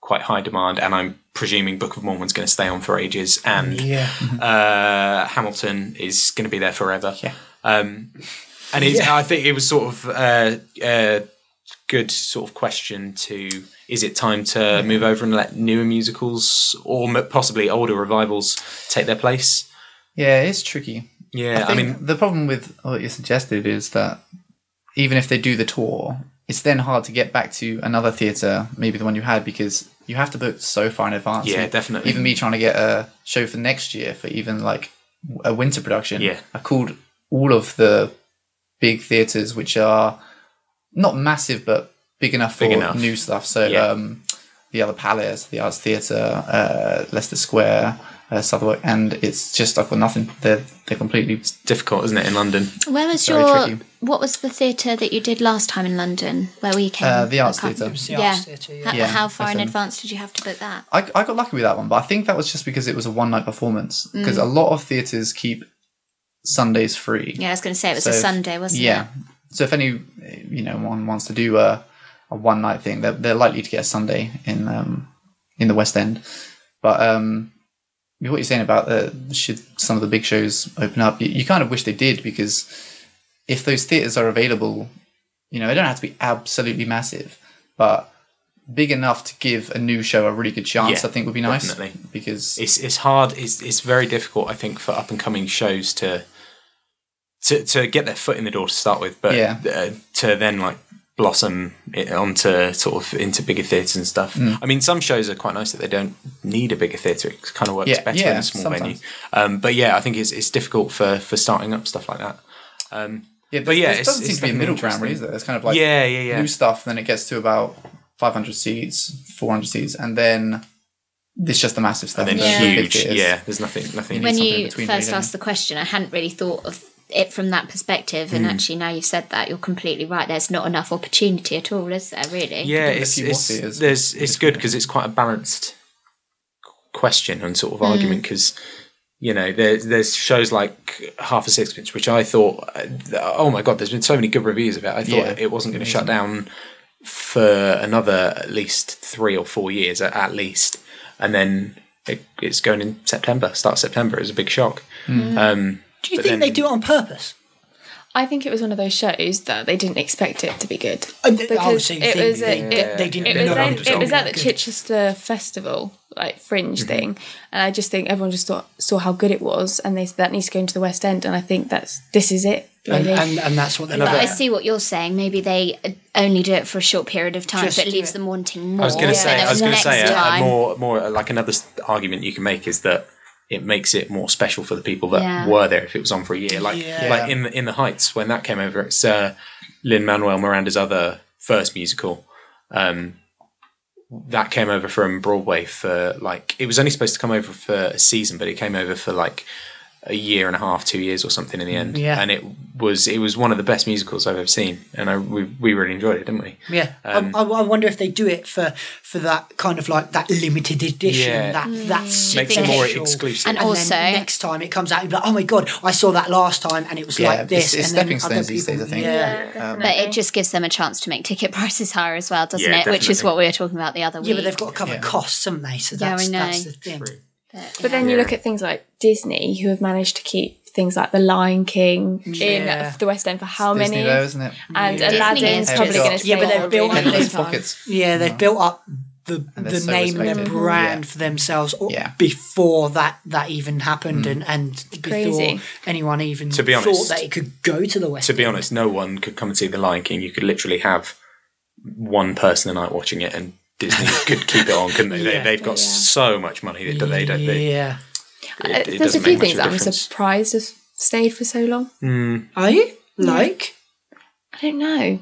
Speaker 2: quite high demand, and I'm presuming Book of Mormon's going to stay on for ages, and
Speaker 3: Yeah.
Speaker 2: uh, Hamilton is going to be there forever. Yeah. Um, and it's, I think it was sort of a uh, uh, good sort of question to: Is it time to move over and let newer musicals or m- possibly older revivals take their place?
Speaker 6: yeah, it's tricky.
Speaker 2: Yeah, I,
Speaker 6: I,
Speaker 2: mean,
Speaker 6: mean, the problem with what you suggested is that even if they do the tour, it's then hard to get back to another theatre, maybe the one you had, because you have to book so far in advance.
Speaker 2: Yeah,
Speaker 6: And
Speaker 2: definitely.
Speaker 6: Even me trying to get a show for next year for even like a winter production.
Speaker 2: Yeah.
Speaker 6: I called all of the big theatres, which are not massive but big enough for
Speaker 2: Big enough.
Speaker 6: new stuff. So
Speaker 2: Yeah.
Speaker 6: um, the other Palace, the Arts Theatre, uh, Leicester Square, uh, Southwark, and it's just I've got nothing. They're they're completely
Speaker 2: difficult, isn't it, in London?
Speaker 4: Where was
Speaker 6: Very
Speaker 4: your
Speaker 6: tricky.
Speaker 4: what was the theatre that you did last time in London where we came?
Speaker 6: Uh, the
Speaker 4: Mm, I
Speaker 6: Arts
Speaker 4: can't-
Speaker 6: Theatre.
Speaker 3: The
Speaker 4: Yeah.
Speaker 3: Arts Theatre, yeah.
Speaker 4: How,
Speaker 6: Yeah,
Speaker 4: how far
Speaker 6: that's
Speaker 4: in
Speaker 6: in-
Speaker 4: advance did you have to book that?
Speaker 6: I, I got lucky with that one, but I think that was just because it was a one night performance. Because
Speaker 4: Mm.
Speaker 6: a lot of theatres keep Sundays free.
Speaker 4: Yeah, I was going to say it was
Speaker 6: So
Speaker 4: a
Speaker 6: if-
Speaker 4: Sunday, wasn't
Speaker 6: yeah.
Speaker 4: it?
Speaker 6: So if any, you know, one wants to do a, a one night thing, they're, they're likely to get a Sunday in um, in the West End. But um, what you're saying about uh, should some of the big shows open up? You, you kind of wish they did because if those theatres are available, you know, they don't have to be absolutely massive, but big enough to give a new show a really good chance.
Speaker 2: Yeah,
Speaker 6: I think would be nice
Speaker 2: definitely.
Speaker 6: because
Speaker 2: it's it's hard. It's it's very difficult. I think for up and coming shows to to to get their foot in the door to start with, but
Speaker 6: Yeah.
Speaker 2: uh, to then like blossom it onto sort of into bigger theatres and stuff.
Speaker 6: Mm.
Speaker 2: I mean, some shows are quite nice that they don't need a bigger theatre. It kind of works
Speaker 6: Yeah,
Speaker 2: better in
Speaker 6: yeah,
Speaker 2: a small
Speaker 6: sometimes.
Speaker 2: venue. Um, but yeah, I think it's it's difficult for for starting up stuff like that. Um,
Speaker 6: yeah,
Speaker 2: but yeah,
Speaker 6: it
Speaker 2: it's-
Speaker 6: doesn't seem
Speaker 2: it's
Speaker 6: to be a middle
Speaker 2: definitely
Speaker 6: ground, really. Is
Speaker 2: interesting.
Speaker 6: there? It's kind of like
Speaker 2: yeah, yeah, yeah.
Speaker 6: new stuff, then it gets to about 500 seats, 400 seats, and then it's just the massive stuff.
Speaker 2: and then
Speaker 6: the big
Speaker 2: huge.
Speaker 6: theatres.
Speaker 2: Yeah, there's nothing nothing.
Speaker 4: When
Speaker 6: something
Speaker 4: you
Speaker 6: between,
Speaker 4: first
Speaker 6: really,
Speaker 4: asked the question, I hadn't really thought of it from that perspective,
Speaker 2: Hmm.
Speaker 4: and actually now you've said that, you're completely right. There's not enough opportunity at all, is there? Really?
Speaker 2: yeah,
Speaker 6: a
Speaker 2: it's,
Speaker 6: few more
Speaker 2: it's-
Speaker 6: theatres
Speaker 2: there's
Speaker 6: in
Speaker 2: it's good because it's quite a balanced question and sort of argument because you know there's there's shows like Half a Sixpence, which I thought, uh, oh my god, there's been so many good reviews of it. I thought
Speaker 6: Yeah.
Speaker 2: it wasn't going to shut down for another at least three or four years at, at least, and then it, it's going in September, start of September. is a big shock. Um,
Speaker 3: Do you
Speaker 2: But
Speaker 3: think
Speaker 2: then-
Speaker 3: they do it on purpose?
Speaker 8: I think it was one of those shows that they didn't expect it to be good.
Speaker 3: I Uh, th- I would
Speaker 8: Because
Speaker 3: say
Speaker 8: it
Speaker 3: they-
Speaker 8: was
Speaker 3: they-
Speaker 8: a-
Speaker 3: they-
Speaker 8: it-
Speaker 3: they didn't
Speaker 8: It
Speaker 3: know
Speaker 8: was,
Speaker 3: that
Speaker 8: at,
Speaker 3: was
Speaker 8: it
Speaker 3: gonna
Speaker 8: was
Speaker 3: be
Speaker 8: at the
Speaker 3: good.
Speaker 8: Chichester Festival like fringe
Speaker 3: Mm-hmm.
Speaker 8: thing, and I just think everyone just thought, saw how good it was, and they said that needs to go into the West End, and I think that's this is it.
Speaker 3: and,
Speaker 8: really.
Speaker 3: and, and that's what they
Speaker 4: But I
Speaker 3: do.
Speaker 4: see what you're saying. Maybe they uh, only do it for a short period of time,
Speaker 3: Just
Speaker 4: so it
Speaker 3: do
Speaker 4: leaves
Speaker 3: it.
Speaker 4: them wanting more.
Speaker 2: I was going to
Speaker 4: So
Speaker 2: say,
Speaker 4: then
Speaker 2: I was going to
Speaker 4: next
Speaker 2: say, a, a
Speaker 4: time-
Speaker 2: more, more like another s- argument you can make is that it makes it more special for the people that
Speaker 4: Yeah.
Speaker 2: were there if it was on for a year. Like,
Speaker 3: Yeah.
Speaker 2: like in the, in the Heights when that came over, it's uh, Lin Manuel Miranda's other first musical. Um, that came over from Broadway for like it was only supposed to come over for a season, but it came over for like a year and a half, two years or something in the end.
Speaker 3: Yeah.
Speaker 2: and it was it was one of the best musicals I've ever seen, and I, we we really enjoyed it, didn't we?
Speaker 3: Yeah,
Speaker 6: Um,
Speaker 3: I, I I wonder if they do it for for that kind of like that limited edition.
Speaker 2: Yeah.
Speaker 3: That that's
Speaker 2: Makes it more
Speaker 3: special.
Speaker 2: exclusive.
Speaker 4: And
Speaker 3: And
Speaker 4: also,
Speaker 3: then next time it comes out, you'll be like, oh my god, I saw that last time and it was
Speaker 6: Yeah,
Speaker 3: like this.
Speaker 6: it's- it's
Speaker 3: and then
Speaker 6: stepping
Speaker 3: other
Speaker 6: stones these
Speaker 3: people-
Speaker 6: days, I think.
Speaker 3: Yeah,
Speaker 4: but it just gives them a chance to make ticket prices higher as well, doesn't
Speaker 2: Yeah,
Speaker 4: it? Which is
Speaker 2: definitely.
Speaker 4: what we were talking about the other week.
Speaker 3: yeah, but they've got to cover
Speaker 6: Yeah.
Speaker 3: costs, haven't they? So
Speaker 4: Yeah, I
Speaker 3: that's, that's
Speaker 4: know.
Speaker 3: the thing.
Speaker 8: But then you look at things like Disney, who have managed to keep things like The Lion King
Speaker 3: Mm, Yeah.
Speaker 8: in the West End for how
Speaker 6: Disney
Speaker 8: many?
Speaker 6: though, isn't it?
Speaker 8: And
Speaker 4: Disney
Speaker 8: Aladdin's
Speaker 4: is
Speaker 8: probably
Speaker 6: just-
Speaker 8: going to
Speaker 3: Yeah, but they've built
Speaker 6: Penny
Speaker 3: up
Speaker 6: in his
Speaker 3: this-
Speaker 6: pockets.
Speaker 3: Yeah, they've built up the
Speaker 6: they're
Speaker 3: the
Speaker 6: so
Speaker 3: name and
Speaker 6: respected.
Speaker 3: their brand
Speaker 6: Yeah.
Speaker 3: for themselves o-
Speaker 6: Yeah. Mm.
Speaker 3: before that that even happened and and before
Speaker 8: Crazy.
Speaker 3: anyone even
Speaker 2: To be honest-
Speaker 3: thought that it could go to the West.
Speaker 2: to be
Speaker 3: End.
Speaker 2: honest, no one could come and see The Lion King. You could literally have one person a night watching it, and Disney could keep it on, couldn't they?
Speaker 3: Yeah.
Speaker 2: they they've got so much money that they don't. They,
Speaker 3: yeah.
Speaker 2: it, it
Speaker 8: Uh, There's a
Speaker 2: doesn't
Speaker 8: few
Speaker 2: make much
Speaker 8: things
Speaker 2: of a
Speaker 8: that I'm
Speaker 2: difference.
Speaker 8: surprised have stayed for so long.
Speaker 3: Are you like?
Speaker 8: I don't know.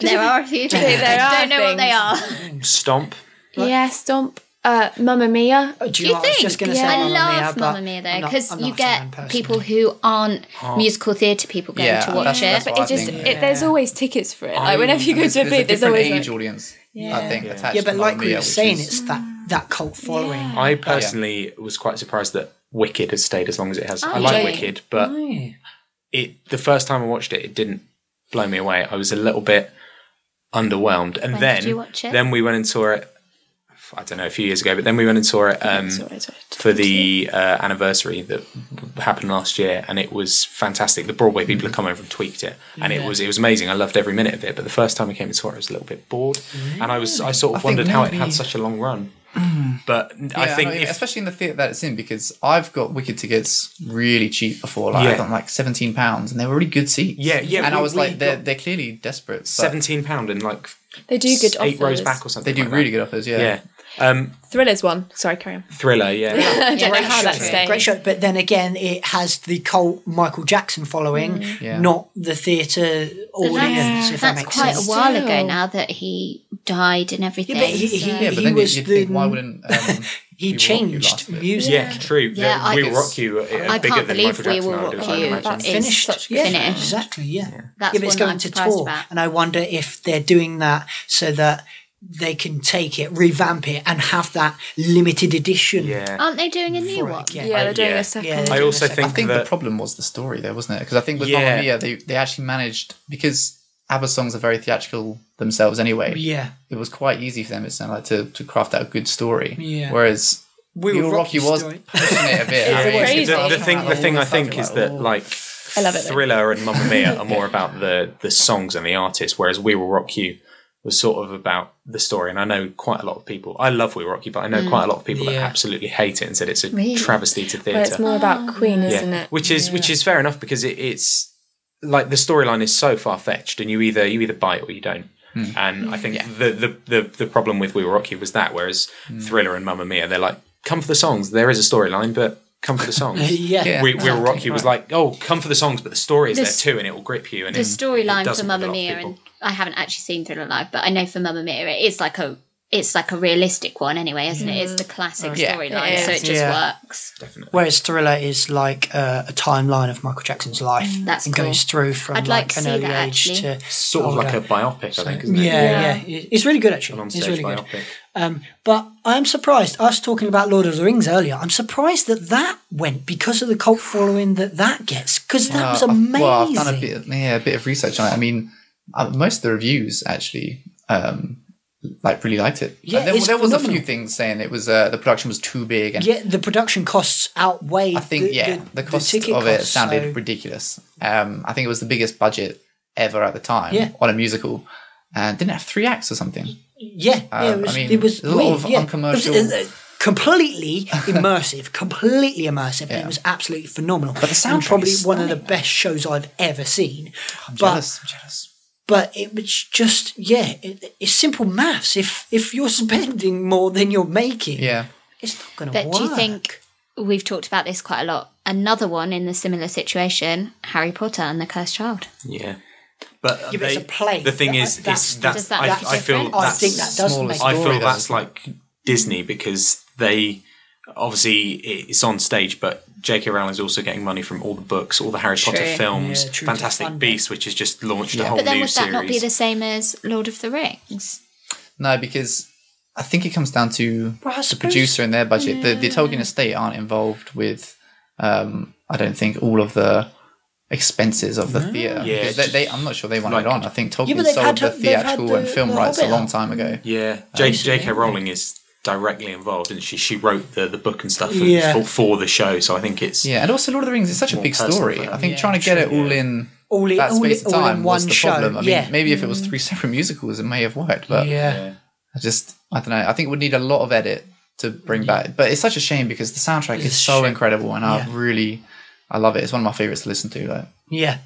Speaker 4: there are a few things.
Speaker 8: There
Speaker 4: I
Speaker 8: are
Speaker 4: don't know what they
Speaker 8: things.
Speaker 4: are.
Speaker 2: Stomp.
Speaker 8: Yeah, Stomp. Uh, Mamma Mia.
Speaker 3: Oh, Do
Speaker 4: Do
Speaker 3: you,
Speaker 4: you
Speaker 3: know, what, I was
Speaker 4: think?
Speaker 3: just going to say
Speaker 4: I
Speaker 3: Mamma Mia,
Speaker 4: love
Speaker 3: but
Speaker 4: Mamma Mia though
Speaker 3: I'm not-
Speaker 4: because
Speaker 3: I'm
Speaker 4: you
Speaker 3: not a fan,
Speaker 4: get
Speaker 3: personally.
Speaker 4: people who aren't musical theatre people going
Speaker 6: Yeah,
Speaker 4: to watch
Speaker 6: that's-
Speaker 4: it.
Speaker 8: But it
Speaker 6: what I
Speaker 8: just
Speaker 6: think,
Speaker 8: it, there's always tickets for it. Like whenever you go
Speaker 6: There's,
Speaker 8: to a
Speaker 6: there's a
Speaker 8: big, there's
Speaker 6: different
Speaker 8: always
Speaker 6: age
Speaker 8: like,
Speaker 6: audience, I think, attached.
Speaker 3: Yeah,
Speaker 6: to
Speaker 3: but like
Speaker 6: Mamma
Speaker 3: we
Speaker 6: Mia,
Speaker 3: were
Speaker 6: which
Speaker 3: saying,
Speaker 6: is-
Speaker 3: it's that that cult following.
Speaker 2: I personally was quite surprised that Wicked has stayed as long as it has. I
Speaker 4: Oh,
Speaker 2: like
Speaker 4: yeah.
Speaker 2: Wicked, but it the first time I watched it, it didn't blow me away. I was a little bit underwhelmed, and
Speaker 4: When
Speaker 2: then
Speaker 4: did you watch it?
Speaker 2: then we went and saw it. I don't know a few years ago, but then we went and saw it. Um,
Speaker 8: sorry, sorry.
Speaker 2: for the uh, anniversary that happened last year, and it was fantastic. The Broadway people had come over and tweaked it, and it was it was amazing. I loved every minute of it. But the first time I came and saw it, I was a little bit bored, and I was I sort of
Speaker 6: think
Speaker 2: wondered how it
Speaker 6: maybe- Mm.
Speaker 2: had such a long run. But I
Speaker 6: Yeah,
Speaker 2: think
Speaker 6: know,
Speaker 2: if,
Speaker 6: especially in the theatre that it's in, because I've got Wicked tickets really cheap before. Like I
Speaker 2: Yeah.
Speaker 6: got them like seventeen pounds, and they were really good seats.
Speaker 2: Yeah, yeah,
Speaker 6: And I
Speaker 2: we-
Speaker 6: was
Speaker 2: we
Speaker 6: like, they're
Speaker 2: got-
Speaker 6: they're clearly desperate. but
Speaker 2: seventeen pound and like
Speaker 8: They do good
Speaker 2: eight rows
Speaker 8: offers.
Speaker 2: back or something,
Speaker 6: They do
Speaker 2: like
Speaker 6: really
Speaker 2: that.
Speaker 6: good offers. Yeah.
Speaker 2: Yeah, um,
Speaker 8: Thrillers one. Sorry, carry on.
Speaker 2: thriller. Yeah,
Speaker 8: I don't know how that
Speaker 4: show.
Speaker 8: stayed.
Speaker 3: Great show, but then again, it has the cult Michael Jackson following, not the theatre audience. if that
Speaker 4: Mm. That's
Speaker 3: makes
Speaker 4: quite
Speaker 3: sense.
Speaker 4: a while
Speaker 8: Still.
Speaker 4: ago now that he died and everything.
Speaker 3: Yeah, but he, he,
Speaker 6: Yeah,
Speaker 3: he
Speaker 6: but then
Speaker 3: was
Speaker 6: you'd
Speaker 3: the
Speaker 6: think, why wouldn't um,
Speaker 3: he
Speaker 6: Rock You last
Speaker 3: changed
Speaker 6: bit?
Speaker 3: music.
Speaker 2: yeah, true.
Speaker 4: Yeah, I-
Speaker 2: we will rock you. uh,
Speaker 4: I
Speaker 2: bigger
Speaker 4: can't
Speaker 2: than
Speaker 4: believe
Speaker 2: Michael
Speaker 4: We
Speaker 2: Jackson,
Speaker 4: Will
Speaker 2: I would-
Speaker 4: Rock
Speaker 2: I'd
Speaker 4: You
Speaker 2: imagine.
Speaker 8: That's
Speaker 3: Finished,
Speaker 8: such
Speaker 3: yeah,
Speaker 4: finished.
Speaker 3: exactly, yeah.
Speaker 4: That's
Speaker 3: yeah, but it's
Speaker 4: one
Speaker 3: going
Speaker 4: I'm
Speaker 3: to
Speaker 4: surprised
Speaker 3: tour,
Speaker 4: about.
Speaker 3: and I wonder if they're doing that so that they can take it, revamp it, and have that limited edition.
Speaker 2: Yeah.
Speaker 4: Aren't they doing a new one?
Speaker 3: Yeah.
Speaker 8: Yeah, they're doing
Speaker 2: yeah.
Speaker 8: a second.
Speaker 3: Yeah,
Speaker 2: I also
Speaker 6: I
Speaker 2: think,
Speaker 6: think
Speaker 2: that
Speaker 6: the problem was the story, though, wasn't it? Because I think with
Speaker 2: Yeah.
Speaker 6: Mamma Mia, they, they actually managed because ABBA songs are very theatrical themselves anyway.
Speaker 3: Yeah.
Speaker 6: it was quite easy for them. It sounded like to, to craft out a good story.
Speaker 3: Yeah.
Speaker 6: Whereas we
Speaker 3: Will
Speaker 6: were
Speaker 3: Rock
Speaker 6: Rocky
Speaker 3: You
Speaker 6: was
Speaker 3: story.
Speaker 6: pushing it a bit. I mean,
Speaker 8: crazy.
Speaker 2: The, the thing, the thing I
Speaker 6: All stuff
Speaker 2: think
Speaker 6: like
Speaker 2: is
Speaker 6: that.
Speaker 2: that like
Speaker 8: I love it. though.
Speaker 2: Thriller and Mamma Mia are more about the the songs and the artist, whereas We Will Rock You was sort of about the story. And I know quite a lot of people. I love We Will Rock You, but I know quite a lot of people that
Speaker 3: Yeah.
Speaker 2: absolutely hate it and said it's a travesty to
Speaker 8: But it's
Speaker 2: theatre.
Speaker 8: more about Queen, isn't
Speaker 2: yeah,
Speaker 8: it?
Speaker 2: which is which is fair enough because it, it's like the storyline is so far fetched, and you either you either buy it or you don't.
Speaker 3: Hmm.
Speaker 2: And I think the, the the the problem with We Will Rock You was that, whereas
Speaker 3: Hmm.
Speaker 2: Thriller and Mamma Mia, they're like, come for the songs. There is a storyline, but come for the songs.
Speaker 3: Yeah.
Speaker 6: Yeah.
Speaker 2: we, we were Rocky was like, oh, come for the songs, but the story is
Speaker 4: The
Speaker 2: there
Speaker 4: s-
Speaker 2: too, and it will grip you. And
Speaker 4: The
Speaker 2: it- it
Speaker 4: storyline for
Speaker 2: doesn't with a
Speaker 4: Mamma
Speaker 2: lot of
Speaker 4: Mia,
Speaker 2: people.
Speaker 4: and I haven't actually seen Thriller Live, but I know for Mamma Mia, it is like a it's like a realistic one anyway, isn't it? It's the classic
Speaker 6: Yeah.
Speaker 4: storyline, so it just
Speaker 3: Yeah.
Speaker 4: works.
Speaker 3: Whereas Thriller is like uh, a timeline of Michael Jackson's life.
Speaker 4: Mm, that's
Speaker 3: and
Speaker 4: cool.
Speaker 3: goes through from
Speaker 4: I'd like
Speaker 3: like,
Speaker 4: to
Speaker 3: an
Speaker 4: see
Speaker 3: early
Speaker 4: that,
Speaker 3: age
Speaker 4: actually.
Speaker 3: to
Speaker 2: sort of like a biopic, I think, isn't it?
Speaker 3: Oh, yeah, yeah, It- It's really good actually.
Speaker 2: On
Speaker 3: It's
Speaker 2: stage
Speaker 3: really good.
Speaker 2: biopic.
Speaker 3: Um, but I'm surprised. Us talking about Lord of the Rings earlier, I'm surprised that that went because of the cult following that that gets. Because that was amazing.
Speaker 6: Well, I've done a bit, of- yeah, a bit of research on it. I mean, uh, most of the reviews actually, um, like really liked it.
Speaker 3: Yeah,
Speaker 6: And there,
Speaker 3: it's
Speaker 6: there was a few
Speaker 3: phenomenal.
Speaker 6: things saying it was uh, the production was too big, and
Speaker 3: Yeah, the production costs outweigh.
Speaker 6: I think
Speaker 3: the,
Speaker 6: yeah, the, cost of
Speaker 3: ticket
Speaker 6: it
Speaker 3: costs,
Speaker 6: sounded
Speaker 3: so-
Speaker 6: ridiculous. Um, I think it was the biggest budget ever at the time
Speaker 3: Yeah.
Speaker 6: Uh, on a musical, and didn't it have three acts or something.
Speaker 3: Yeah, yeah, it
Speaker 6: Um,
Speaker 3: was.
Speaker 6: I mean,
Speaker 3: it was
Speaker 6: there's a lot
Speaker 3: weird,
Speaker 6: of
Speaker 3: yeah.
Speaker 6: uncommercial-
Speaker 3: It was, uh, uh, completely immersive, completely immersive. and It was absolutely phenomenal. But
Speaker 6: the
Speaker 3: and
Speaker 6: soundtrack
Speaker 3: probably
Speaker 6: is
Speaker 3: one of the
Speaker 6: stunning.
Speaker 3: best shows I've ever seen. but
Speaker 6: jealous, I'm jealous.
Speaker 3: but it was just yeah, it, it's simple maths. If if you're spending more than you're making,
Speaker 6: Yeah.
Speaker 3: it's not going to
Speaker 4: But
Speaker 3: work.
Speaker 4: do you think we've talked about this quite a lot? Another one in the similar situation, Harry Potter and the Cursed Child.
Speaker 2: Yeah. But,
Speaker 3: Yeah, but it's
Speaker 2: they-
Speaker 3: a play.
Speaker 2: The thing
Speaker 3: That-
Speaker 2: is,
Speaker 3: that's-
Speaker 2: is that's,
Speaker 4: Does that
Speaker 2: I,
Speaker 4: make
Speaker 2: I feel
Speaker 4: difference?
Speaker 3: I
Speaker 2: that's,
Speaker 3: think that does
Speaker 6: small
Speaker 3: make
Speaker 2: I
Speaker 6: story,
Speaker 2: feel
Speaker 6: doesn't
Speaker 2: that's
Speaker 6: it?
Speaker 2: like Disney because they obviously it's on stage, but J.K. Rowling's also getting money from all the books, all the Harry Potter
Speaker 4: True.
Speaker 2: films,
Speaker 3: Yeah, true, to
Speaker 2: Fantastic
Speaker 3: fund
Speaker 2: Beasts, which has just launched a whole
Speaker 4: But then
Speaker 2: new
Speaker 4: would that
Speaker 2: series.
Speaker 4: not be the same as Lord of the Rings?
Speaker 6: No, because I think it comes down to
Speaker 3: Well, I
Speaker 6: the
Speaker 3: suppose-
Speaker 6: producer and their budget. The, the Tolkien estate aren't involved with, um, I don't think, all of the expenses of the theatre.
Speaker 2: Yeah,
Speaker 6: Because they, they, I'm not sure they want
Speaker 2: like-
Speaker 6: it on. I think
Speaker 3: Yeah, but
Speaker 6: Tolkien
Speaker 3: they've
Speaker 6: sold
Speaker 3: had to-
Speaker 6: the
Speaker 3: they've had
Speaker 6: theatrical and
Speaker 3: the-
Speaker 6: film
Speaker 3: the
Speaker 6: rights a
Speaker 3: Hobbit
Speaker 6: long
Speaker 3: out.
Speaker 6: time ago.
Speaker 2: yeah, J- J.K. Rowling is directly involved, and she she wrote the, the book and stuff
Speaker 3: Yeah.
Speaker 2: for, for the show. So I think it's
Speaker 6: Yeah, and also Lord of the Rings is such a
Speaker 2: More
Speaker 6: big
Speaker 2: personal
Speaker 6: story.
Speaker 2: for them.
Speaker 6: I think
Speaker 2: Yeah,
Speaker 6: trying to get it all in
Speaker 3: All in-
Speaker 6: that
Speaker 3: all
Speaker 6: space
Speaker 3: in-
Speaker 6: of
Speaker 3: all in
Speaker 6: time was
Speaker 3: one
Speaker 6: the
Speaker 3: show,
Speaker 6: problem. I mean,
Speaker 3: yeah.
Speaker 6: maybe if it was three separate musicals, it may have worked. But
Speaker 3: yeah.
Speaker 6: I just, I don't know. I think it would need a lot of edit to bring back. But it's such a shame because the soundtrack is so incredible, and I really, I love it. It's one of my favorites to listen to. Like,
Speaker 3: Yeah.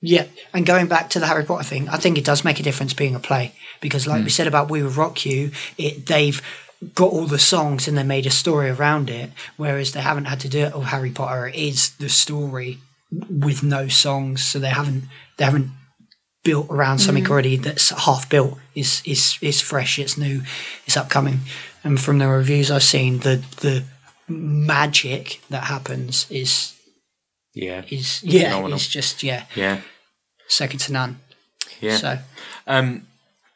Speaker 3: Yeah. And going back to the Harry Potter thing, I think it does make a difference being a play because, like we said about We Will Rock You, it, they've got all the songs and they made a story around it, whereas they haven't had to do it. Or Harry Potter it is the story with no songs, so they haven't they haven't built around something already that's half built. is is is fresh. It's new. It's upcoming. And from the reviews I've seen, the the magic that happens is
Speaker 2: yeah
Speaker 3: is yeah
Speaker 2: Phenomenal.
Speaker 3: it's just yeah
Speaker 2: yeah
Speaker 3: second to none.
Speaker 2: yeah.
Speaker 3: So
Speaker 2: Um,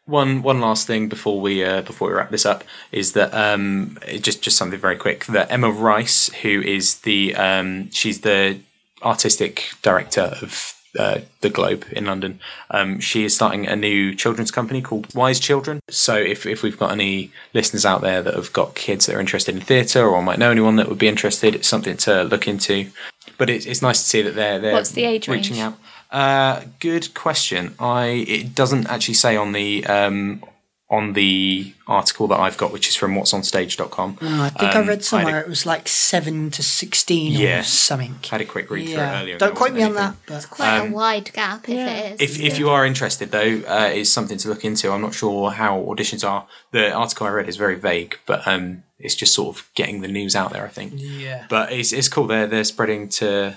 Speaker 2: one one last thing before we uh, before we wrap this up is that um, it- just just something very quick that Emma Rice, who is the um, she's the artistic director of uh, the Globe in London, um, she is starting a new children's company called Wise Children. So if if we've got any listeners out there that have got kids that are interested in theatre or might know anyone that would be interested, it's something to look into. But it's, it's nice to see that they're they're
Speaker 4: What's the age
Speaker 2: reaching
Speaker 4: range?
Speaker 2: out. Uh, good question. I it doesn't actually say on the um, on the article that I've got, which is from what's on stage.com.
Speaker 3: Oh, I think I read somewhere
Speaker 2: Um, I had
Speaker 3: it was like seven to sixteen
Speaker 2: Yeah.
Speaker 3: or something.
Speaker 2: a, had a quick read through
Speaker 3: Yeah,
Speaker 2: earlier.
Speaker 3: don't
Speaker 2: There
Speaker 3: quote me on
Speaker 2: wasn't
Speaker 3: that.
Speaker 2: anything.
Speaker 3: But
Speaker 4: Quite a wide gap, if it is.
Speaker 2: Um, If, if you are interested, though, uh, it's something to look into. I'm not sure how auditions are. The article I read is very vague, but um, it's just sort of getting the news out there. I think.
Speaker 3: yeah,
Speaker 2: But it's it's cool. They're they're spreading to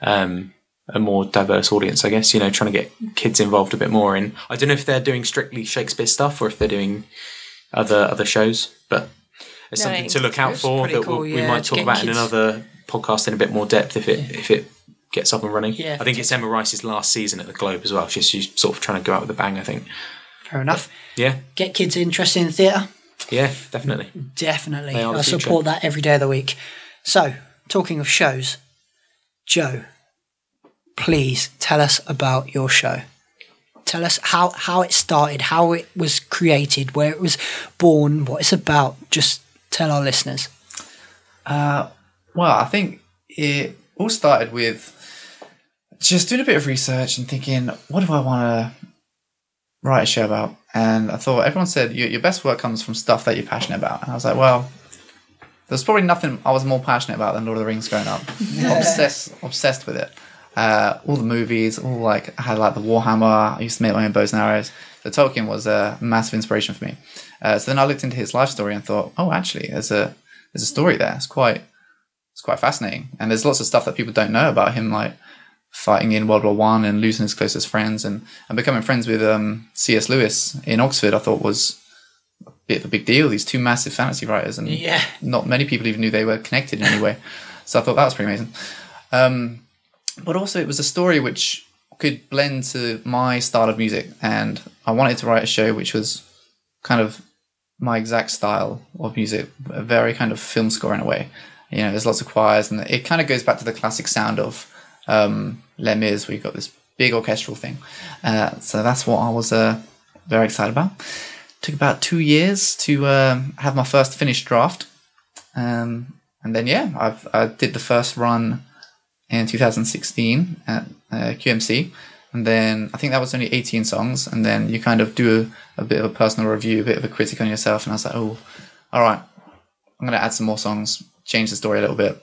Speaker 2: um, a more diverse audience, I guess. You know, trying to get kids involved a bit more. In I don't know if they're doing strictly Shakespeare stuff or if they're doing other other shows, but it's
Speaker 8: No,
Speaker 2: something
Speaker 8: it's-
Speaker 2: to look out
Speaker 3: it's
Speaker 2: for
Speaker 3: pretty
Speaker 2: that
Speaker 3: cool,
Speaker 2: we, we
Speaker 3: yeah,
Speaker 2: might
Speaker 3: to
Speaker 2: talk
Speaker 3: get
Speaker 2: about in
Speaker 3: kids-
Speaker 2: another podcast in a bit more depth if it if it gets up and running.
Speaker 3: Yeah.
Speaker 2: I think it's Emma Rice's last season at the Globe as well. She's, she's sort of trying to go out with a bang. I think.
Speaker 3: fair enough.
Speaker 2: Yeah,
Speaker 3: Get kids interested in theatre,
Speaker 2: yeah, definitely.
Speaker 3: definitely.
Speaker 2: They are the
Speaker 3: I support
Speaker 2: future.
Speaker 3: that every day of the week. So, talking of shows, Joe, please tell us about your show. Tell us how how it started, how it was created, where it was born, what it's about. Just tell our listeners.
Speaker 6: well, I think it all started with just doing a bit of research and thinking, what do I want to write a show about? And I thought everyone said your, your best work comes from stuff that you're passionate about. And I was like, well, there's probably nothing I was more passionate about than Lord of the Rings growing up. obsessed, obsessed with it. Uh, all the movies, all like I had like the Warhammer. I used to make my own bows and arrows. So Tolkien was a massive inspiration for me. Uh, so then I looked into his life story and thought, oh, actually, there's a there's a story there. It's quite it's quite fascinating. And there's lots of stuff that people don't know about him, like fighting in World War One and losing his closest friends and, and becoming friends with um, C.S. Lewis in Oxford. I thought was a bit of a big deal. These two massive fantasy writers, and
Speaker 3: Yeah.
Speaker 6: not many people even knew they were connected in any way. So I thought that was pretty amazing. Um, but also, it was a story which could blend to my style of music, and I wanted to write a show which was kind of my exact style of music, a very kind of film score in a way. You know, there's lots of choirs, and it kind of goes back to the classic sound of um, Les Mis, where you've got this big orchestral thing. Uh, so that's what I was uh, very excited about. Took about two years to um, have my first finished draft, um, and then yeah, I've I did the first run in 2016 at uh, QMC, and then I think that was only 18 songs, and then you kind of do a, a bit of a personal review, a bit of a critic on yourself, and I was like, oh, all right, I'm gonna add some more songs, change the story a little bit,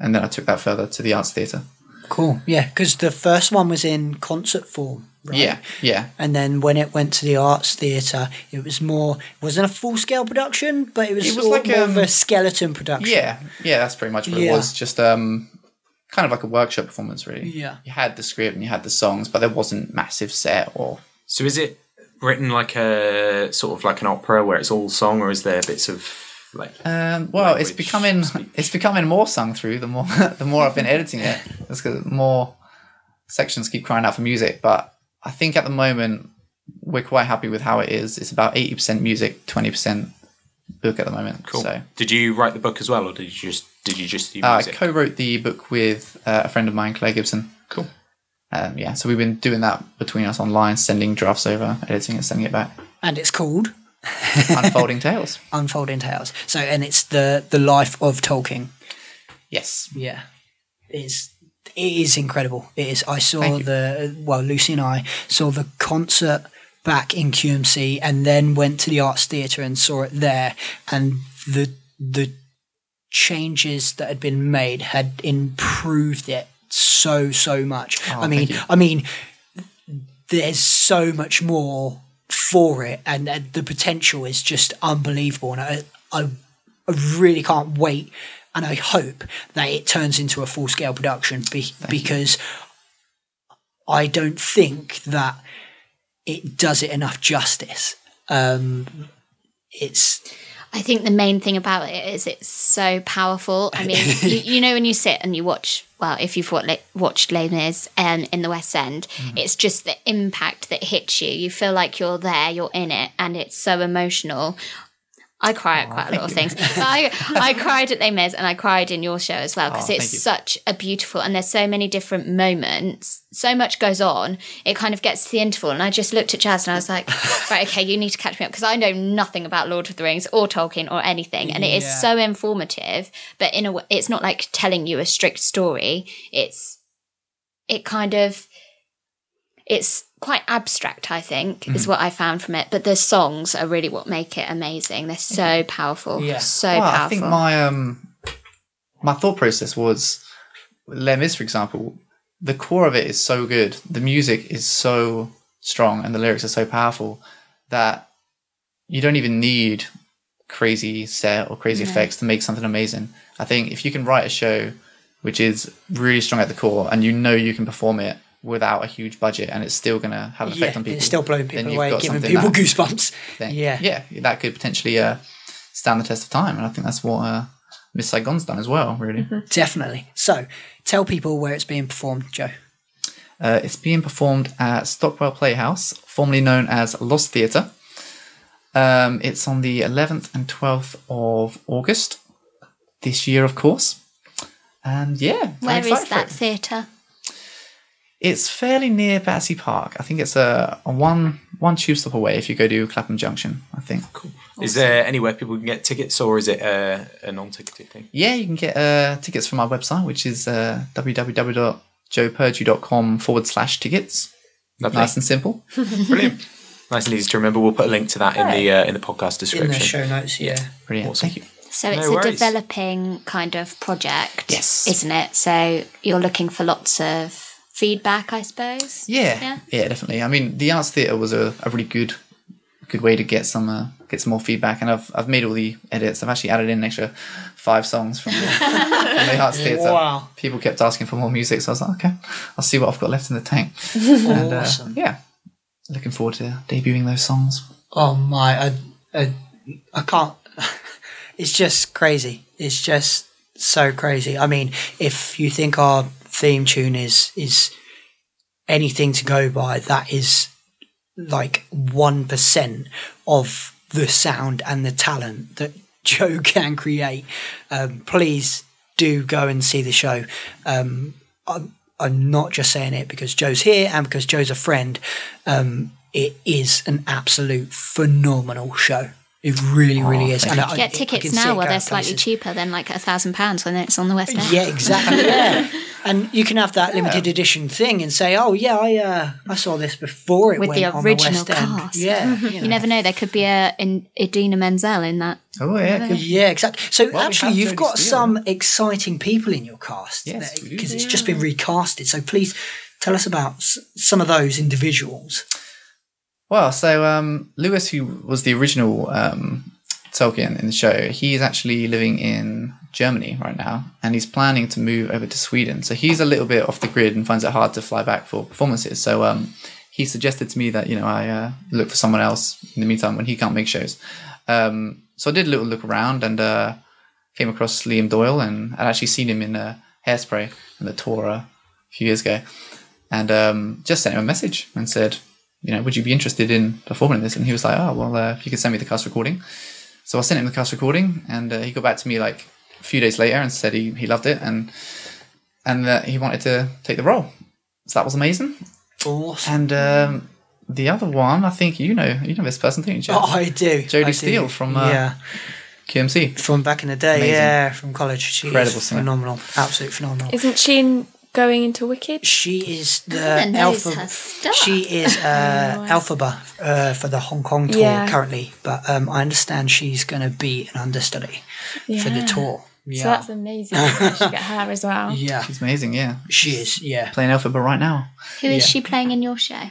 Speaker 6: and then I took that further to the arts theatre.
Speaker 3: Cool. Yeah, because the first one was in concert form, right?
Speaker 6: Yeah, yeah,
Speaker 3: And then when it went to the arts theatre, it was more it wasn't a full scale production, but it was,
Speaker 6: It was
Speaker 3: sort
Speaker 6: like,
Speaker 3: of more of
Speaker 6: um,
Speaker 3: a skeleton production.
Speaker 6: yeah, yeah. That's pretty much what
Speaker 3: Yeah.
Speaker 6: it was. Just um, kind of like a workshop performance, really.
Speaker 3: Yeah.
Speaker 6: You had the script and you had the songs, but there wasn't massive set or
Speaker 2: So is it written like a sort of like an opera where it's all song, or is there bits of like?
Speaker 3: Uh,
Speaker 6: Um, well, it's
Speaker 2: language
Speaker 6: becoming
Speaker 2: speak.
Speaker 6: it's becoming more sung through the more the more I've been editing it. That's 'cause more sections keep crying out for music. But I think at the moment we're quite happy with how it is. It's about eighty percent music, twenty percent book at the moment.
Speaker 2: Cool.
Speaker 6: So
Speaker 2: Did you write the book as well, or did you just did you just do
Speaker 3: Ah,
Speaker 6: uh, I
Speaker 2: music?
Speaker 6: co-wrote the book with uh, a friend of mine, Claire Gibson.
Speaker 2: cool.
Speaker 6: Um, yeah, so we've been doing that between us online, sending drafts over, editing, and sending it back.
Speaker 3: And it's called
Speaker 6: Unfolding tales.
Speaker 3: Unfolding Tales. So and it's the the life of Tolkien.
Speaker 6: Yes.
Speaker 3: Yeah. It's it is incredible. It is I saw
Speaker 6: Thank you.
Speaker 3: the well, Lucy and I saw the concert back in QMC and then went to the arts theatre and saw it there and the the changes that had been made had improved it so so much. I mean
Speaker 6: Oh, thank you.
Speaker 3: I mean there's so much more for it and, and the potential is just unbelievable and I, I I really can't wait and I hope that it turns into a full scale production be, because I don't think that it does it enough justice. Um, it's
Speaker 4: I think the main thing about it is it's so powerful. I mean, you, you know, when you sit and you watch, well, if you've watched, watched Les Mis um, in the West End,
Speaker 2: Mm-hmm.
Speaker 4: it's just the impact that hits you. You feel like you're there, you're in it, and it's so emotional. I cry at quite a lot of things. But I, I cried at Les Mis and I cried in your show as well because
Speaker 6: Aw,
Speaker 4: it's
Speaker 6: thank you.
Speaker 4: such a beautiful, and there's so many different moments. So much goes on. It kind of gets to the interval, and I just looked at Jazz and I was like, right, okay, you need to catch me up because I know nothing about Lord of the Rings or Tolkien or anything, and it is so informative. But in a, way, it's not like telling you a strict story. It's it kind of it's quite abstract i think
Speaker 3: Mm-hmm.
Speaker 4: is what i found from it but the songs are really what make it amazing they're so powerful
Speaker 3: Yeah.
Speaker 4: so
Speaker 6: Well,
Speaker 4: powerful
Speaker 6: I think my um my thought process was Les Mis, for example, the core of it is so good, the music is so strong, and the lyrics are so powerful that you don't even need crazy set or crazy effects to make something amazing. I think if you can write a show which is really strong at the core, and you know you can perform it without a huge budget, and it's still going to have an effect
Speaker 3: yeah,
Speaker 6: on people,
Speaker 3: it's still blowing
Speaker 6: then
Speaker 3: people
Speaker 6: you've
Speaker 3: away,
Speaker 6: got
Speaker 3: giving
Speaker 6: something
Speaker 3: people
Speaker 6: that-
Speaker 3: goosebumps.
Speaker 6: thing.
Speaker 3: Yeah.
Speaker 6: yeah, that could potentially uh, stand the test of time, and I think that's what uh, Miss Saigon's done as well. Really,
Speaker 4: Mm-hmm.
Speaker 3: Definitely. So tell people where it's being performed, Joe.
Speaker 6: uh, it's being performed at Stockwell Playhouse, formerly known as Lost Theatre. Um, it's on the 11th and 12th of August this year, of course. And yeah, very
Speaker 4: Where
Speaker 6: excited
Speaker 4: is
Speaker 6: for
Speaker 4: that
Speaker 6: it.
Speaker 4: theatre?
Speaker 6: It's fairly near Battersea Park. I think it's a, a one one tube stop away if you go to Clapham Junction. I think. Cool.
Speaker 2: Is there anywhere people can get tickets, or is it a, a non-ticketed thing?
Speaker 6: yeah, you can get uh, tickets from our website, which is uh, www.joeperdue.com forward slash tickets.
Speaker 2: Lovely.
Speaker 6: Nice and simple.
Speaker 2: Brilliant. Nice and easy to remember. We'll put a link to that in the uh, in the podcast description.
Speaker 3: In the show notes, yeah.
Speaker 6: Brilliant.
Speaker 2: Awesome.
Speaker 6: Thank you.
Speaker 4: So it's
Speaker 2: No
Speaker 4: a
Speaker 2: worries.
Speaker 4: developing kind of project,
Speaker 6: Yes.
Speaker 4: isn't it? So you're looking for lots of feedback, I suppose.
Speaker 6: Yeah,
Speaker 4: Yeah.
Speaker 6: yeah, definitely. I mean, the arts theatre was a, a really good good way to get some uh, get some more feedback, and I've I've made all the edits. I've actually added in an extra five songs from the, from the arts theatre.
Speaker 3: Wow.
Speaker 6: People kept asking for more music, so I was like, okay, I'll see what I've got left in the tank. uh,
Speaker 3: awesome.
Speaker 6: Yeah, looking forward to debuting those songs.
Speaker 3: Oh my, I, I, I can't. It's just crazy. It's just so crazy. I mean, if you think our theme tune is is anything to go by, that is like one percent of the sound and the talent that Joe can create. Um, please do go and see the show. Um, I'm, I'm not just saying it because Joe's here and because Joe's a friend. Um, it is an absolute phenomenal show. It really,
Speaker 4: Oh,
Speaker 3: really is. And I,
Speaker 4: Get
Speaker 3: I- I
Speaker 4: tickets
Speaker 3: can see
Speaker 4: now
Speaker 3: it
Speaker 4: while
Speaker 3: going
Speaker 4: they're slightly
Speaker 3: places.
Speaker 4: cheaper than like a thousand pounds when it's on the West End.
Speaker 3: Yeah, exactly. Yeah. And you can have that limited edition thing and say, "Oh yeah, I uh, I saw this before it
Speaker 4: With
Speaker 3: went
Speaker 4: the
Speaker 3: on
Speaker 4: original
Speaker 3: the West End."
Speaker 4: cast.
Speaker 3: Yeah, you
Speaker 4: You
Speaker 3: know.
Speaker 4: never know. There could be a in, Idina Menzel in that.
Speaker 6: Oh yeah, good.
Speaker 3: yeah, exactly. So
Speaker 6: Well, we
Speaker 3: actually,
Speaker 6: have
Speaker 3: you've
Speaker 6: Jodie
Speaker 3: got
Speaker 6: Steele.
Speaker 3: some exciting people in your cast
Speaker 6: Yes, we do.
Speaker 3: because it's just been recasted. So please tell us about s- some of those individuals.
Speaker 6: Well, so um, Lewis, who was the original um, Tolkien in the show, he is actually living in Germany right now, and he's planning to move over to Sweden. So he's a little bit off the grid and finds it hard to fly back for performances. So um, he suggested to me that you know I uh, look for someone else in the meantime when he can't make shows. Um, so I did a little look around and uh, came across Liam Doyle, and I'd actually seen him in uh, Hairspray and the Torah a few years ago, and um, just sent him a message and said, you know, would you be interested in performing this? And he was like, oh, well, uh, if you could send me the cast recording. So I sent him the cast recording, and uh, he got back to me like a few days later and said he, he loved it and and that he wanted to take the role. So that was amazing.
Speaker 3: Awesome.
Speaker 6: And um, the other one, I think you know, you know this person, don't you? Jeff?
Speaker 3: Oh, I do.
Speaker 6: Jodie
Speaker 3: I do.
Speaker 6: Steele from, uh,
Speaker 3: yeah
Speaker 6: QMC.
Speaker 3: from back in the day.
Speaker 6: Amazing.
Speaker 3: Yeah, from college. She
Speaker 6: Incredible
Speaker 3: is
Speaker 6: singer.
Speaker 3: phenomenal. Absolutely phenomenal.
Speaker 8: Isn't she in going into Wicked?
Speaker 3: She is
Speaker 4: Anna
Speaker 3: the
Speaker 4: knows
Speaker 3: alpha.
Speaker 4: her stuff.
Speaker 3: She is uh, Alphaba uh, for the Hong Kong tour
Speaker 8: Yeah.
Speaker 3: currently, but um, I understand she's going to be an understudy for the
Speaker 8: Yeah.
Speaker 3: tour. Yeah,
Speaker 8: So that's amazing. I should get her as well.
Speaker 3: yeah,
Speaker 6: She's amazing, yeah.
Speaker 3: she is. Yeah,
Speaker 6: Playing Alpha, but right now
Speaker 4: Who is she playing in your show?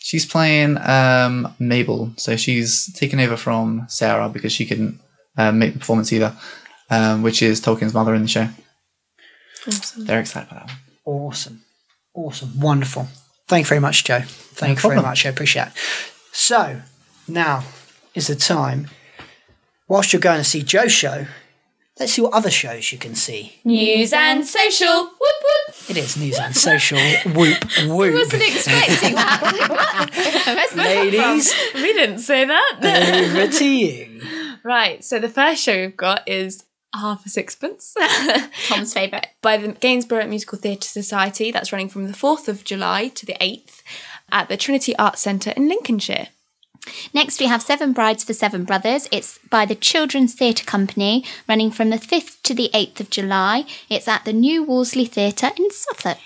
Speaker 6: she's playing um, Mabel. So she's taken over from Sarah because she couldn't uh, make the performance either, um, which is Tolkien's mother in the show.
Speaker 8: Awesome.
Speaker 6: They're excited about that one.
Speaker 3: awesome, awesome, wonderful. Thank you very much, Joe. Thank you very
Speaker 6: problem.
Speaker 3: much. I appreciate. it. So now is the time. Whilst you're going to see Joe's show, let's see what other shows you can see.
Speaker 4: News and social. Whoop whoop.
Speaker 3: It is news and social. whoop whoop.
Speaker 4: Wasn't expecting that. Where's that
Speaker 3: Ladies,
Speaker 8: We didn't say that.
Speaker 3: over to you.
Speaker 8: right. So the first show we've got is Half a Sixpence.
Speaker 4: from? Tom's favourite.
Speaker 8: by the Gainsborough Musical Theatre Society. That's running from the 4th of July to the 8th at the Trinity Arts Centre in Lincolnshire.
Speaker 4: Next, we have Seven Brides for Seven Brothers. It's by the Children's Theatre Company, running from the 5th to the 8th of July. It's at the New Worsley Theatre in Suffolk.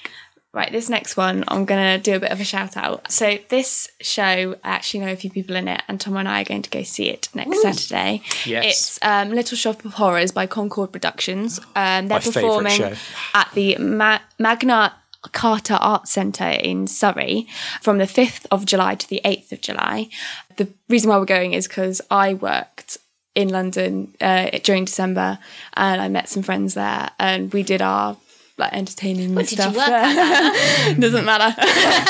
Speaker 8: Right, this next one, I'm going to do a bit of a shout out. So, this show, I actually know a few people in it, and Tom and I are going to go see it next Saturday.
Speaker 7: Yes.
Speaker 8: It's um, Little Shop of Horrors by Concord Productions. Um, they're
Speaker 7: My favourite
Speaker 8: performing
Speaker 7: show.
Speaker 8: at the Ma- Magna Carta Arts Centre in Surrey from the 5th of July to the 8th of July. The reason why we're going is because I worked in London uh, during December and I met some friends there and we did our like entertaining
Speaker 4: What did you
Speaker 8: stuff.
Speaker 4: work
Speaker 8: there.
Speaker 4: at?
Speaker 8: Doesn't matter.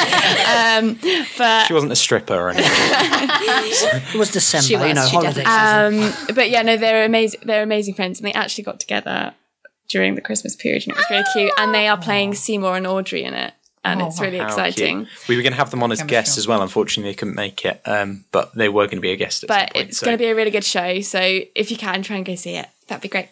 Speaker 8: um, but
Speaker 7: She wasn't a stripper or anything.
Speaker 3: It was December,
Speaker 4: She was,
Speaker 3: you know,
Speaker 4: she
Speaker 3: holidays.
Speaker 4: definitely-
Speaker 8: um, but yeah, no, they're amazing. They're amazing friends, and they actually got together during the Christmas period, and it was really cute. And they are playing Seymour and Audrey in it, and it's really
Speaker 7: How
Speaker 8: exciting.
Speaker 7: cute. We were going to have them on as guests as well. Unfortunately, they couldn't make it, um, but they were going to be a guest. At some
Speaker 8: But
Speaker 7: point,
Speaker 8: it's
Speaker 7: so-
Speaker 8: going to be a really good show. So if you can, try and go see it. That'd be great.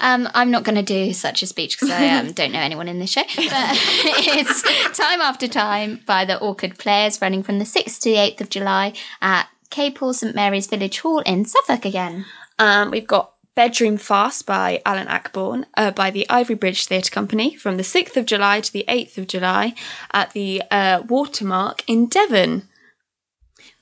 Speaker 4: Um, I'm not going to do such a speech because I um, don't know anyone in this show. But it's Time After Time by the Orchid Players, running from the 6th to the 8th of July at K. Paul St Mary's Village Hall in Suffolk again.
Speaker 8: Um, we've got Bedroom Fast by Alan Ackborn uh, by the Ivory Bridge Theatre Company from the 6th of July to the 8th of July at the uh, Watermark in Devon.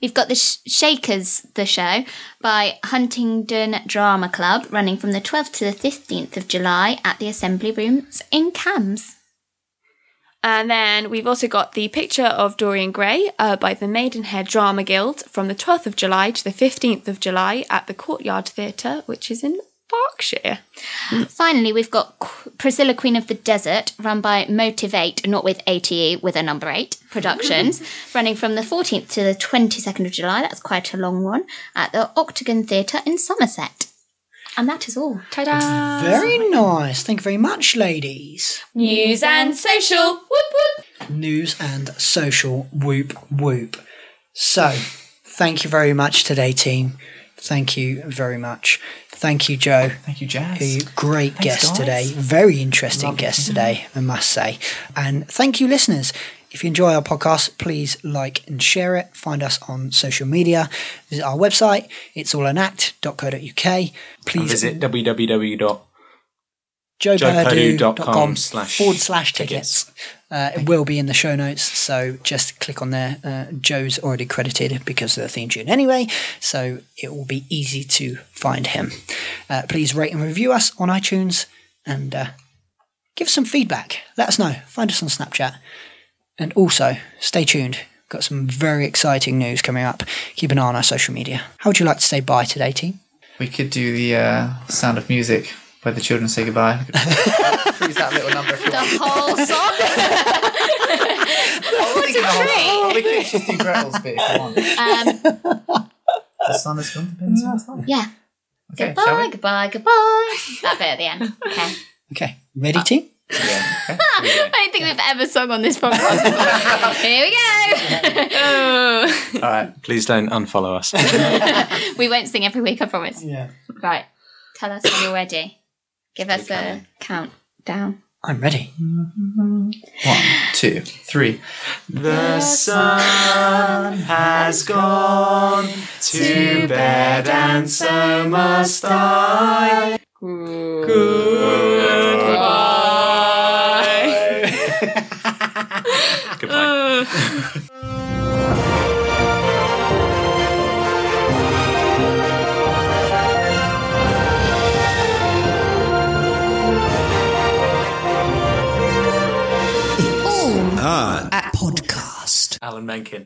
Speaker 4: We've got the Sh- Shakers, the show by Huntingdon Drama Club, running from the 12th to the 15th of July at the Assembly Rooms in Cams.
Speaker 8: And then we've also got the picture of Dorian Gray uh, by the Maidenhead Drama Guild from the 12th of July to the 15th of July at the Courtyard Theatre, which is in Berkshire.
Speaker 4: Finally, we've got Qu- Priscilla Queen of the Desert, run by Motivate, not with ATE, with a number eight productions, running from the 14th to the 22nd of July. That's quite a long one at the Octagon Theatre in Somerset. And that is all.
Speaker 8: Ta-da!
Speaker 3: Very nice. Thank you very much, ladies.
Speaker 8: News and social. Whoop whoop.
Speaker 3: News and social. Whoop whoop. So, thank you very much today, team. Thank you very much. Thank you, Joe.
Speaker 6: Thank you, Jazz.
Speaker 3: A great guest
Speaker 6: guys.
Speaker 3: today. Very interesting guest today, I must say. And thank you, listeners. If you enjoy our podcast, please like and share it. Find us on social media. Visit our website. It's all an act.co.uk. Please
Speaker 2: Visit www.
Speaker 3: joeperdue.com
Speaker 2: joeperdue.com slash
Speaker 3: forward slash tickets. Uh, it will be in the show notes, so just click on there. Uh, Joe's already credited because of the theme tune anyway, so it will be easy to find him. Uh, please rate and review us on iTunes and uh, give us some feedback. Let us know. Find us on Snapchat. And also, stay tuned. Got some very exciting news coming up. Keep an eye on our social media. How would you like to say bye today, team?
Speaker 6: We could do the uh, sound of music where the children say goodbye. We could Freeze that little number. If you
Speaker 4: The
Speaker 6: want.
Speaker 4: whole song.
Speaker 6: I was thinking the whole- We could just do Gretel's bit if you want.
Speaker 4: Um,
Speaker 6: The sun has gone to bed. so it's fine.
Speaker 4: yeah.
Speaker 6: Okay, shall
Speaker 4: Bye,
Speaker 6: we?
Speaker 4: goodbye, goodbye. That bit at the end. Okay.
Speaker 3: Okay, ready, team?
Speaker 6: Yeah. Okay.
Speaker 4: I don't think we've ever sung on this podcast. before. Here we go.
Speaker 6: All
Speaker 7: uh,
Speaker 6: right.
Speaker 2: Please don't unfollow us.
Speaker 4: we won't sing every week, I promise.
Speaker 3: Yeah.
Speaker 4: Right. Tell us when you're ready. Give us a countdown.
Speaker 3: I'm ready.
Speaker 6: One, two, three.
Speaker 2: The sun has gone to bed, and so must I. Goodbye. Goodbye.
Speaker 3: At podcast.
Speaker 2: Alan Menken.